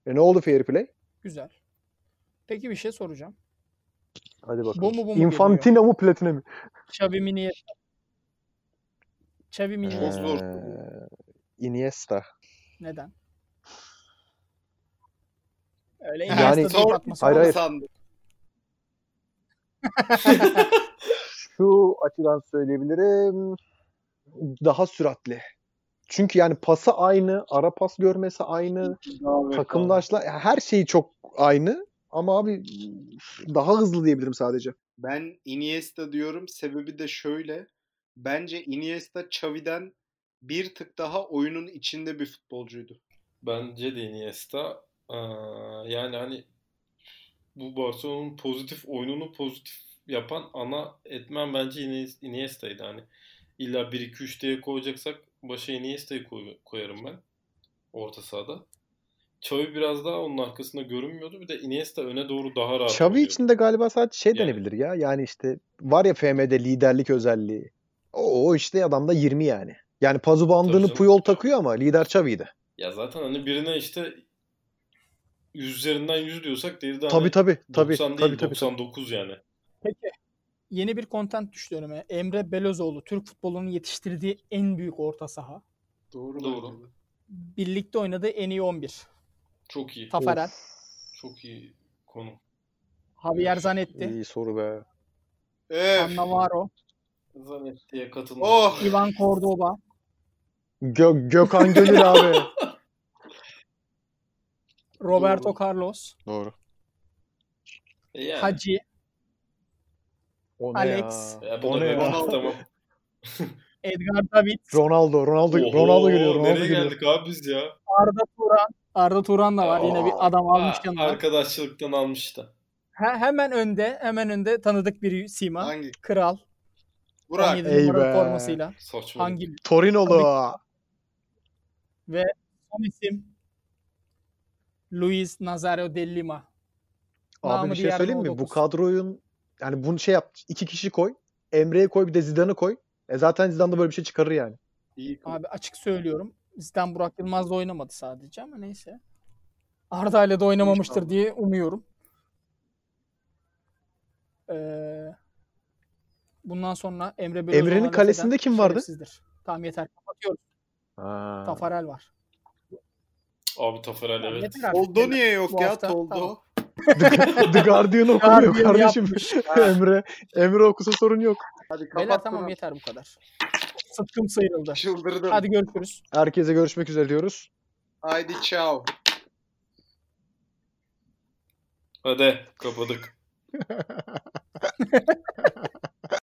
[SPEAKER 7] E ne oldu fair play?
[SPEAKER 3] Güzel. Peki bir şey soracağım.
[SPEAKER 7] Hadi bakalım.
[SPEAKER 3] Bu mu bu mu geliyor?
[SPEAKER 7] Infantino mu Platini mi?
[SPEAKER 3] Xavi Minier. Xavi Minier.
[SPEAKER 5] Çok zor.
[SPEAKER 7] Ee, Iniesta.
[SPEAKER 3] Neden? Öyle
[SPEAKER 7] Yani-
[SPEAKER 3] yani
[SPEAKER 5] Zor-
[SPEAKER 3] atması
[SPEAKER 7] Hayır,
[SPEAKER 3] lazım.
[SPEAKER 7] hayır.
[SPEAKER 5] Sandım.
[SPEAKER 7] Şu açıdan söyleyebilirim. Daha süratli. Çünkü yani pası aynı, ara pas görmesi aynı, takımdaşlar her şeyi çok aynı ama abi daha hızlı diyebilirim sadece.
[SPEAKER 5] Ben Iniesta diyorum. Sebebi de şöyle. Bence Iniesta Xavi'den bir tık daha oyunun içinde bir futbolcuydu.
[SPEAKER 6] Bence de Iniesta eee, yani hani bu Barcelona'nın pozitif oyununu pozitif yapan ana etmen bence Ini- Iniesta'ydı. Hani illa 1 2 3 diye koyacaksak başa Iniesta'yı koy- koyarım ben orta sahada. Xavi biraz daha onun arkasında görünmüyordu. Bir de Iniesta öne doğru daha rahat
[SPEAKER 7] Xavi
[SPEAKER 6] oynuyordu.
[SPEAKER 7] için de galiba sadece şey
[SPEAKER 6] Yani.
[SPEAKER 7] denebilir ya. Yani işte var ya FM'de liderlik özelliği. O, o işte adamda 20 yani. Yani pazu bandını
[SPEAKER 6] Tabii canım.
[SPEAKER 7] Puyol takıyor ama lider Xavi'ydi.
[SPEAKER 6] Ya zaten hani birine işte 100 üzerinden 100 diyorsak Dave'de
[SPEAKER 4] Tabii
[SPEAKER 6] hani
[SPEAKER 4] tabii tabii
[SPEAKER 6] 90
[SPEAKER 4] tabii
[SPEAKER 6] değil
[SPEAKER 4] tabii.
[SPEAKER 6] 99 yani.
[SPEAKER 3] Yeni bir kontent düştü önüme. Emre Belözoğlu Türk futbolunun yetiştirdiği en büyük orta saha.
[SPEAKER 5] Doğru.
[SPEAKER 6] Doğru.
[SPEAKER 5] bence de.
[SPEAKER 3] Birlikte oynadığı en iyi 11.
[SPEAKER 6] Çok iyi.
[SPEAKER 3] Tafaren,
[SPEAKER 6] Çok iyi konu.
[SPEAKER 3] Javier Zanetti,
[SPEAKER 7] İyi soru be.
[SPEAKER 5] Öf.
[SPEAKER 3] Navarro,
[SPEAKER 6] Zanetti'ye katılmak.
[SPEAKER 5] Oh.
[SPEAKER 3] Ivan Cordoba,
[SPEAKER 7] Gö- Gökhan Gönül abi.
[SPEAKER 3] Roberto
[SPEAKER 6] Doğru.
[SPEAKER 3] Carlos,
[SPEAKER 7] Doğru.
[SPEAKER 6] E yani.
[SPEAKER 3] Hacı,
[SPEAKER 7] O ne
[SPEAKER 3] Alex.
[SPEAKER 7] ya?
[SPEAKER 6] Ya bu
[SPEAKER 7] O
[SPEAKER 6] da
[SPEAKER 7] ne
[SPEAKER 6] böyle.
[SPEAKER 7] ya?
[SPEAKER 6] tamam.
[SPEAKER 3] Edgar David,
[SPEAKER 7] Ronaldo, Ronaldo,
[SPEAKER 6] Oho,
[SPEAKER 7] Ronaldo geliyor, Ronaldo
[SPEAKER 6] Nereye
[SPEAKER 7] geliyor.
[SPEAKER 6] geldik abi biz ya?
[SPEAKER 3] Arda Turan. Arda Turan da var. Yine bir adam almış
[SPEAKER 6] Ha,
[SPEAKER 3] yanına.
[SPEAKER 6] arkadaşlıktan almış da.
[SPEAKER 3] He- hemen önde, hemen önde tanıdık bir sima.
[SPEAKER 5] Hangi?
[SPEAKER 3] Kral.
[SPEAKER 5] Burak.
[SPEAKER 3] 17
[SPEAKER 7] Ey
[SPEAKER 3] numaralı
[SPEAKER 7] be.
[SPEAKER 3] formasıyla.
[SPEAKER 6] Saçma.
[SPEAKER 3] Hangi
[SPEAKER 7] Torinolu.
[SPEAKER 3] son isim? Luis Nazario de Lima.
[SPEAKER 7] Abi
[SPEAKER 3] Namı
[SPEAKER 7] bir şey
[SPEAKER 3] diğer
[SPEAKER 7] söyleyeyim mi?
[SPEAKER 3] Ronaldo
[SPEAKER 7] Bu
[SPEAKER 3] olsun.
[SPEAKER 7] kadroyun yani bunu şey yap. iki kişi koy. Emre'yi koy bir de Zidane'ı koy. E zaten Zidane da böyle bir şey çıkarır yani.
[SPEAKER 5] İyi.
[SPEAKER 3] Abi açık söylüyorum. Bizden Burak Yılmaz da oynamadı sadece ama neyse. Arda ile de oynamamıştır
[SPEAKER 5] İnşallah.
[SPEAKER 3] diye umuyorum. Ee, bundan sonra Emre Belözoğlu
[SPEAKER 7] Emre'nin
[SPEAKER 3] laf eden
[SPEAKER 7] kalesinde kim vardı?
[SPEAKER 3] şerefsizdir. Tamam yeter. Kapatıyorum. Tafarel var.
[SPEAKER 6] Abi Tafarel evet.
[SPEAKER 3] Yeter artık.
[SPEAKER 5] Toldo niye yok
[SPEAKER 3] Bu
[SPEAKER 5] ya?
[SPEAKER 3] hafta-
[SPEAKER 5] Toldo.
[SPEAKER 3] Tamam.
[SPEAKER 7] The Guardian okumuyor
[SPEAKER 3] Guardian
[SPEAKER 7] kardeşim. Emre. Emre okusa sorun yok.
[SPEAKER 5] Hadi kapat.
[SPEAKER 3] Beyler tamam
[SPEAKER 5] bunu.
[SPEAKER 3] yeter bu kadar. Sıtkım sıyrıldı.
[SPEAKER 5] Çıldırdım.
[SPEAKER 3] Hadi görüşürüz.
[SPEAKER 7] Herkese görüşmek üzere diyoruz.
[SPEAKER 5] Haydi ciao.
[SPEAKER 6] Hadi kapadık.